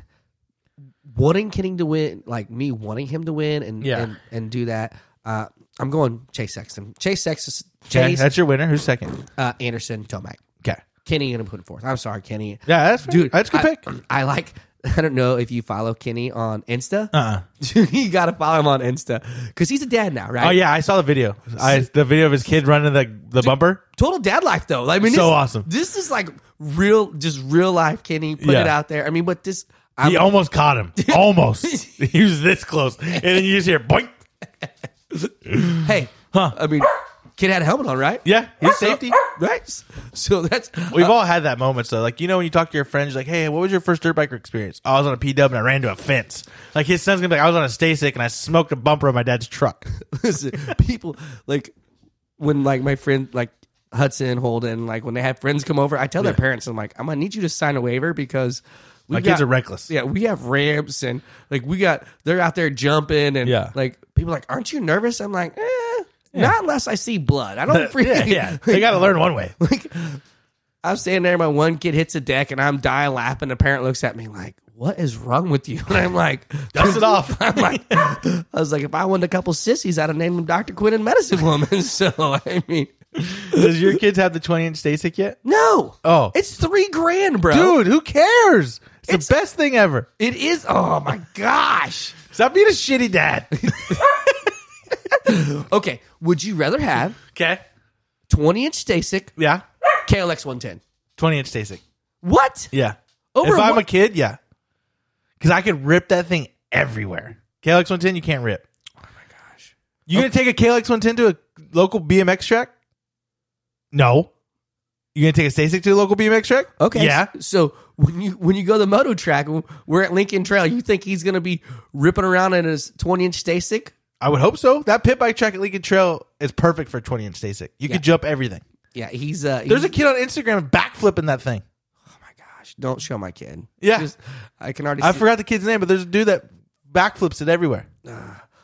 Speaker 2: wanting Kenning to win, like me wanting him to win and
Speaker 1: Yeah.
Speaker 2: and, and do that. Uh, I'm going Chase Sexton, Chase Sexton,
Speaker 1: Okay,
Speaker 2: Chase
Speaker 1: that's your winner. Who's second?
Speaker 2: uh, Anderson, Tomac,
Speaker 1: Okay.
Speaker 2: Kenny, and I'm putting fourth. I'm sorry, Kenny,
Speaker 1: Yeah, that's
Speaker 2: dude,
Speaker 1: dude. That's a good
Speaker 2: I,
Speaker 1: pick. Uh
Speaker 2: I like. I don't know if you follow Kenny on Insta.
Speaker 1: uh
Speaker 2: you gotta follow him on Insta because he's a dad now, right?
Speaker 1: Oh yeah, I saw the video. I the video of his kid running the the bumper.
Speaker 2: total dad life though. I mean,
Speaker 1: So
Speaker 2: this-
Speaker 1: awesome.
Speaker 2: This is like real, just real life. Kenny put
Speaker 1: Yeah.
Speaker 2: it out there. I mean, but this, I'm,
Speaker 1: he almost caught him. Almost. he was this close. And then you just hear boink.
Speaker 2: hey, I mean, kid had a helmet on, right?
Speaker 1: Yeah, he's safety.
Speaker 2: Right. So that's
Speaker 1: We've all had that moment. So, like, you know, when you talk to your friends, you're like, hey, what was your first dirt bike experience? "Oh, I was on a PW and I ran to a fence. Like, his son's going to be like, I was on a Stasic and I smoked a bumper of my dad's truck.
Speaker 2: listen, people like when like my friend like Hudson Holden like when they have friends come over, I tell their parents, I'm like, I'm gonna need you to sign a waiver because. we
Speaker 1: My kids are reckless.
Speaker 2: Yeah, we have ramps and like we got they're out there jumping and
Speaker 1: Yeah.
Speaker 2: like people are like, aren't you nervous? I'm like, eh, Not unless I see blood. I don't freak.
Speaker 1: yeah, yeah. They got to learn one way.
Speaker 2: like I'm standing there, my one kid hits a deck, and I'm die laughing. The parent looks at me like, "What is wrong with you?" And I'm like,
Speaker 1: Dust it off.
Speaker 2: I'm like, I was like, if I wanted a couple sissies, I'd have named them Doctor Quinn and Medicine Woman. So I mean,
Speaker 1: Does your kids have the 20 inch Stasic yet?
Speaker 2: no,
Speaker 1: Oh.
Speaker 2: it's three grand, bro.
Speaker 1: Dude, who cares? It's,
Speaker 2: It's-
Speaker 1: the best thing ever.
Speaker 2: It is. Oh my gosh.
Speaker 1: Stop being a shitty dad.
Speaker 2: Okay, would you rather have
Speaker 1: okay.
Speaker 2: 20 inch Stasic
Speaker 1: Yeah.
Speaker 2: KLX 110?
Speaker 1: 20 inch Stasic.
Speaker 2: What?
Speaker 1: Yeah.
Speaker 2: Over
Speaker 1: if I'm a
Speaker 2: what-
Speaker 1: kid, yeah. Because I could rip that thing everywhere. KLX 110, you can't rip. You gonna take a KLX 110 to a local BMX track? No. You gonna take a Stasic to a local BMX track?
Speaker 2: Okay.
Speaker 1: Yeah.
Speaker 2: So when you when you go to the moto track, w- we're at Lincoln Trail. You think he's gonna be ripping around in his 20 inch Stasic?
Speaker 1: I would hope so. That pit bike track at Lincoln Trail is perfect for 20 inch Stasic. You
Speaker 2: Yeah.
Speaker 1: could jump everything.
Speaker 2: Yeah, he's uh.
Speaker 1: There's a
Speaker 2: he's-
Speaker 1: kid on Instagram backflipping that thing.
Speaker 2: oh my gosh! Don't show my kid.
Speaker 1: Yeah.
Speaker 2: Just- I can already.
Speaker 1: I
Speaker 2: see-
Speaker 1: forgot the kid's name, but there's a dude that backflips it everywhere.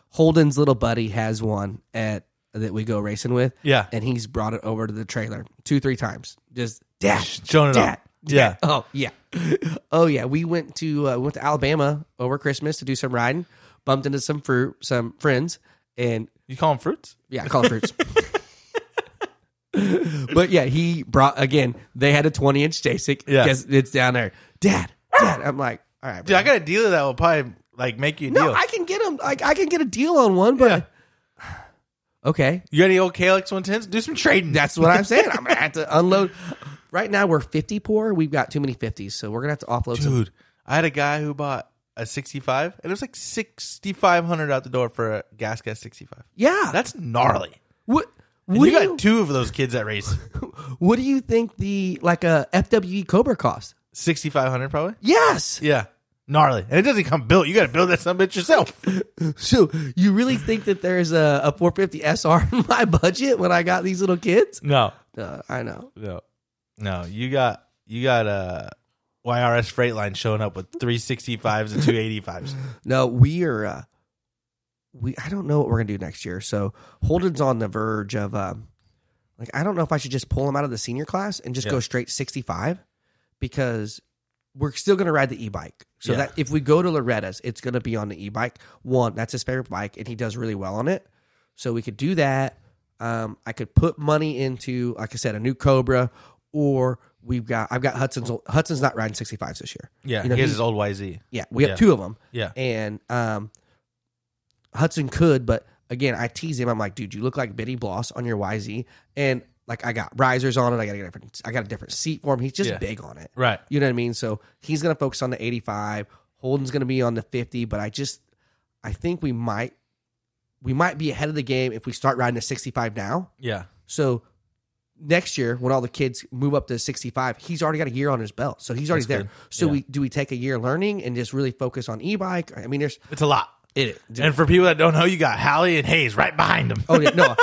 Speaker 2: Holden's little buddy has one at that we go racing with.
Speaker 1: Yeah.
Speaker 2: and he's brought it over to the trailer two three times. Just dad,
Speaker 1: Showing it
Speaker 2: dad,
Speaker 1: off. Yeah.
Speaker 2: Oh yeah, oh yeah. We went to uh, went to Alabama over Christmas to do some riding. Bumped into some fruit, some friends, and
Speaker 1: You call them fruits?
Speaker 2: yeah, collard fruits. but yeah, he brought again. They had a twenty inch Jasic.
Speaker 1: Yeah.
Speaker 2: Guess it's down there. Dad, dad. I'm like, all right,
Speaker 1: Dude,
Speaker 2: bro.
Speaker 1: I got a dealer that will probably like make you a
Speaker 2: no,
Speaker 1: deal.
Speaker 2: I can get him. Like I can get a deal on one, but okay,
Speaker 1: You got any old KLX 110s? Do some trading.
Speaker 2: that's what I'm saying. I'm gonna have to unload. Right now we're fifty poor. We've got too many fifties, so we're gonna have to offload some.
Speaker 1: Dude, I had a guy who bought a 65 and it was like 6500 out the door for a gas gas 65.
Speaker 2: Yeah,
Speaker 1: That's gnarly.
Speaker 2: what.
Speaker 1: And
Speaker 2: What do,
Speaker 1: you got
Speaker 2: you,
Speaker 1: two of those kids that race.
Speaker 2: what do you think the like a FWE Cobra cost?
Speaker 1: 6500 probably?
Speaker 2: Yes.
Speaker 1: Yeah. Gnarly. And it doesn't come built. You got to build that some bitch yourself.
Speaker 2: So you really think that there's a, a 450 SR in my budget when I got these little kids?
Speaker 1: No.
Speaker 2: Uh, I know.
Speaker 1: No. No, you got you got uh, a YRS Freightline showing up with 365s and 285s.
Speaker 2: No, we are. Uh, we I don't know what we're gonna do next year. So Holden's on the verge of, um, like, I don't know if I should just pull him out of the senior class and just go
Speaker 1: Yeah.
Speaker 2: straight 65 because we're still gonna ride the e bike. So
Speaker 1: Yeah.
Speaker 2: that if we go to Loretta's, it's gonna be on the e bike. One, that's his favorite bike, and he does really well on it. So we could do that. Um, I could put money into, like I said, a new Cobra, or we've got I've got Hudson's. Hudson's not riding 65s this year.
Speaker 1: Yeah,
Speaker 2: You know,
Speaker 1: he has
Speaker 2: he-
Speaker 1: his old YZ.
Speaker 2: Yeah, we have
Speaker 1: Yeah.
Speaker 2: two of them
Speaker 1: Yeah.
Speaker 2: and um, Hudson could, but again, I tease him. I'm like, dude, you look like Biddy Bloss on your YZ, and like I got risers on it. I got a different, I got a different seat for him. He's just
Speaker 1: Yeah.
Speaker 2: big on it,
Speaker 1: Right.
Speaker 2: you know what I mean? So he's gonna focus on the 85. Holden's gonna be on the 50, but I just, I think we might, we might be ahead of the game if we start riding a 65 now.
Speaker 1: Yeah.
Speaker 2: So next year, when all the kids move up to 65, he's already got a year on his belt. So he's already
Speaker 1: That's
Speaker 2: there.
Speaker 1: good.
Speaker 2: So
Speaker 1: Yeah.
Speaker 2: we do we take a year learning and just really focus on e-bike? I mean, there's
Speaker 1: It's a lot.
Speaker 2: it.
Speaker 1: And for people that don't know, you got Hallie and Hayes right behind them.
Speaker 2: oh yeah, no,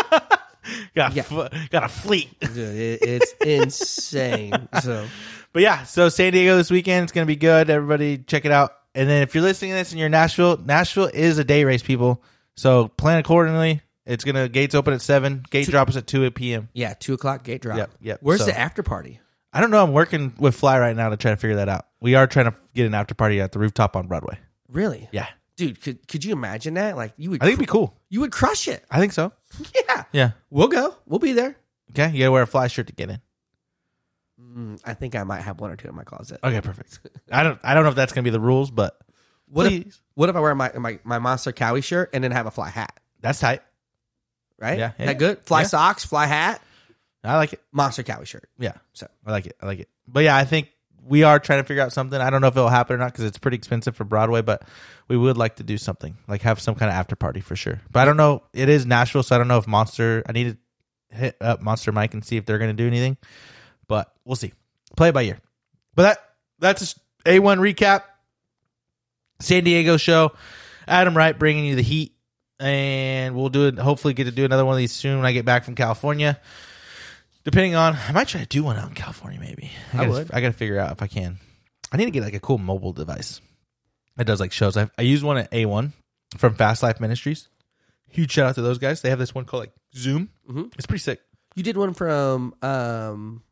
Speaker 1: got,
Speaker 2: yeah.
Speaker 1: f- got a fleet.
Speaker 2: dude, it- it's insane. So
Speaker 1: But yeah, so San Diego this weekend, it's going to be good. Everybody check it out. And then if you're listening to this and you're in Nashville, Nashville is a day race, people. So plan accordingly. It's going to, gates open at 7, gate drop is at 2 p.m.
Speaker 2: yeah, two o'clock gate drop.
Speaker 1: Yep, yep.
Speaker 2: Where's
Speaker 1: So-
Speaker 2: the after party?
Speaker 1: I don't know. I'm working with Fly right now to try to figure that out. We are trying to get an after party at the rooftop on Broadway.
Speaker 2: Really?
Speaker 1: Yeah.
Speaker 2: dude, could could you imagine that? Like you would,
Speaker 1: I think it'd be cool.
Speaker 2: you would crush it.
Speaker 1: I think so.
Speaker 2: Yeah,
Speaker 1: Yeah.
Speaker 2: we'll go. We'll be there.
Speaker 1: Okay. You got to wear a Fly shirt to get in.
Speaker 2: Mm, I think I might have one or two in my closet.
Speaker 1: Okay, perfect. I don't I don't know if that's going to be the rules, but
Speaker 2: What if,
Speaker 1: please.
Speaker 2: what if I wear my, my my monster cowie shirt and then have a fly hat?
Speaker 1: that's tight.
Speaker 2: Right?
Speaker 1: Yeah, yeah,
Speaker 2: that good. Fly
Speaker 1: yeah.
Speaker 2: socks, fly hat,
Speaker 1: I like it.
Speaker 2: monster cowie shirt.
Speaker 1: Yeah.
Speaker 2: So-
Speaker 1: I like it. I like it. But yeah, I think we are trying to figure out something. I don't know if it'll happen or not because it's pretty expensive for Broadway, but we would like to do something like have some kind of after party for sure. But I don't know. It is Nashville, so I don't know if Monster. I need to hit up Monster Mike and see if they're going to do anything. But we'll see. Play it by ear. But that that's a one recap. San Diego show. Adam Wright bringing you the heat, and we'll do it. Hopefully, get to do another one of these soon when I get back from California. Depending on, I might try to do one out in California. Maybe I, gotta,
Speaker 2: would.
Speaker 1: I gotta figure out if I can. I need to get like a cool mobile device that does like shows. I I used one at A one from Fast Life Ministries. Huge shout out to those guys. They have this one called like Zoom. It's pretty sick.
Speaker 2: You did one from um,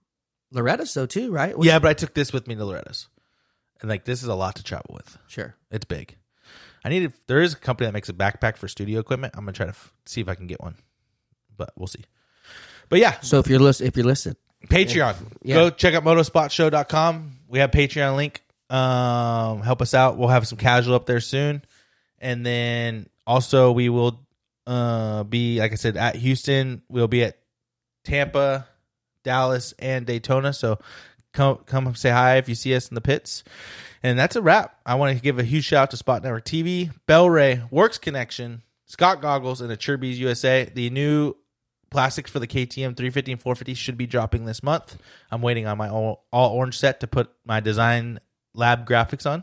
Speaker 2: Loretta, so too, right? What-
Speaker 1: yeah, but I took this with me to Loretta's, and like this is a lot to travel with.
Speaker 2: sure.
Speaker 1: It's big. I need. if There is a company that makes a backpack for studio equipment. I'm gonna try to f- see if I can get one, but we'll see. But yeah,
Speaker 2: So if you're list, if you're listed,
Speaker 1: Patreon.
Speaker 2: Yeah.
Speaker 1: Go check out motorspotshow.com. We have Patreon link. Um, help us out. We'll have some casual up there soon. And then also we will uh be like I said at Houston. We'll be at Tampa, Dallas, and Daytona. So come come say hi if you see us in the pits. And that's a wrap. I want to give a huge shout out to Spot Network TV, Bell Ray, Works Connection, Scott Goggles, and Acherby's USA. The new plastics for the KTM 350 and 450 should be dropping this month. I'm waiting on my all, all orange set to put my design lab graphics on,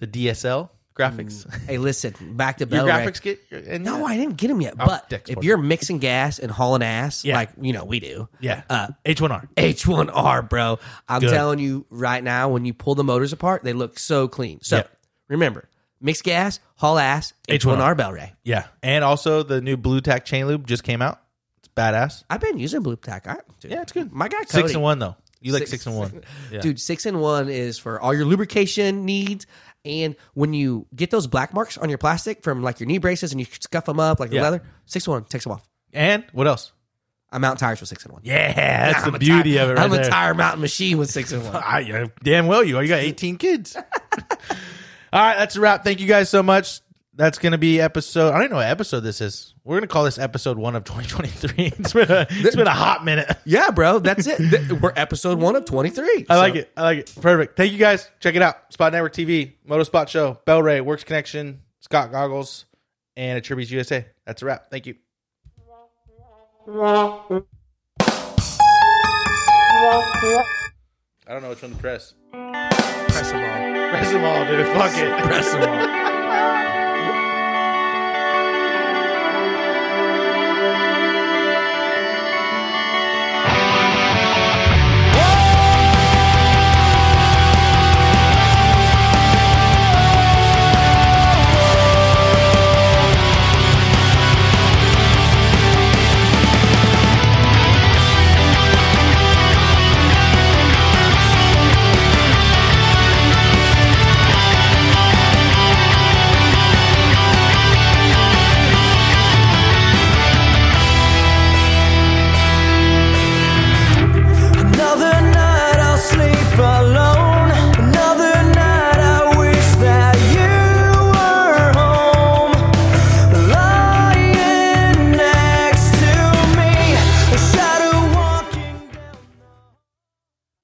Speaker 1: the DSL graphics.
Speaker 2: hey, listen, back to
Speaker 1: Your
Speaker 2: Bell
Speaker 1: graphics get and
Speaker 2: No, I didn't get him yet.
Speaker 1: I'll
Speaker 2: But
Speaker 1: text
Speaker 2: if
Speaker 1: one.
Speaker 2: you're mixing gas and hauling ass,
Speaker 1: Yeah.
Speaker 2: like you know we do,
Speaker 1: yeah.
Speaker 2: uh,
Speaker 1: H1R.
Speaker 2: H1R, bro. I'm
Speaker 1: Good.
Speaker 2: telling you right now, when you pull the motors apart, they look so clean. So
Speaker 1: Yeah.
Speaker 2: remember, mixed gas, haul ass, H1R,
Speaker 1: H1R.
Speaker 2: Bell Ray.
Speaker 1: Yeah. And also the new Blue Tack chain lube just came out. It's badass.
Speaker 2: I've been using Bloop Tack. I, dude,
Speaker 1: Yeah, it's good.
Speaker 2: My guy Cody,
Speaker 1: Six and one though. You like six, and one. Yeah.
Speaker 2: dude. Six and one is for all your lubrication needs, and when you get those black marks on your plastic from like your knee braces and you scuff them up like the
Speaker 1: Yeah.
Speaker 2: leather, six and one takes them off.
Speaker 1: And what else?
Speaker 2: I'm out tires with six and one.
Speaker 1: Yeah, that's
Speaker 2: I'm
Speaker 1: the
Speaker 2: a
Speaker 1: beauty
Speaker 2: tire-
Speaker 1: of it right
Speaker 2: I'm
Speaker 1: there.
Speaker 2: a tire mountain machine with six and one.
Speaker 1: I, I- damn well you are. You got 18 kids. All right, that's a wrap. Thank you guys so much. That's going to be episode. I don't even know what episode this is. We're going to call this episode one of 2023. it's, been a, it's been a hot minute.
Speaker 2: Yeah, bro, that's it. Th- We're episode one of 23.
Speaker 1: I like it. I like it. Perfect. Thank you guys. Check it out. Spot Network TV, Moto Spot Show, Bell Ray, Works Connection, Scott Goggles, and Attributes USA. That's a wrap. Thank you. I don't know which one to press.
Speaker 2: Press them all.
Speaker 1: Press them all, dude. Fuck it.
Speaker 2: Press them all.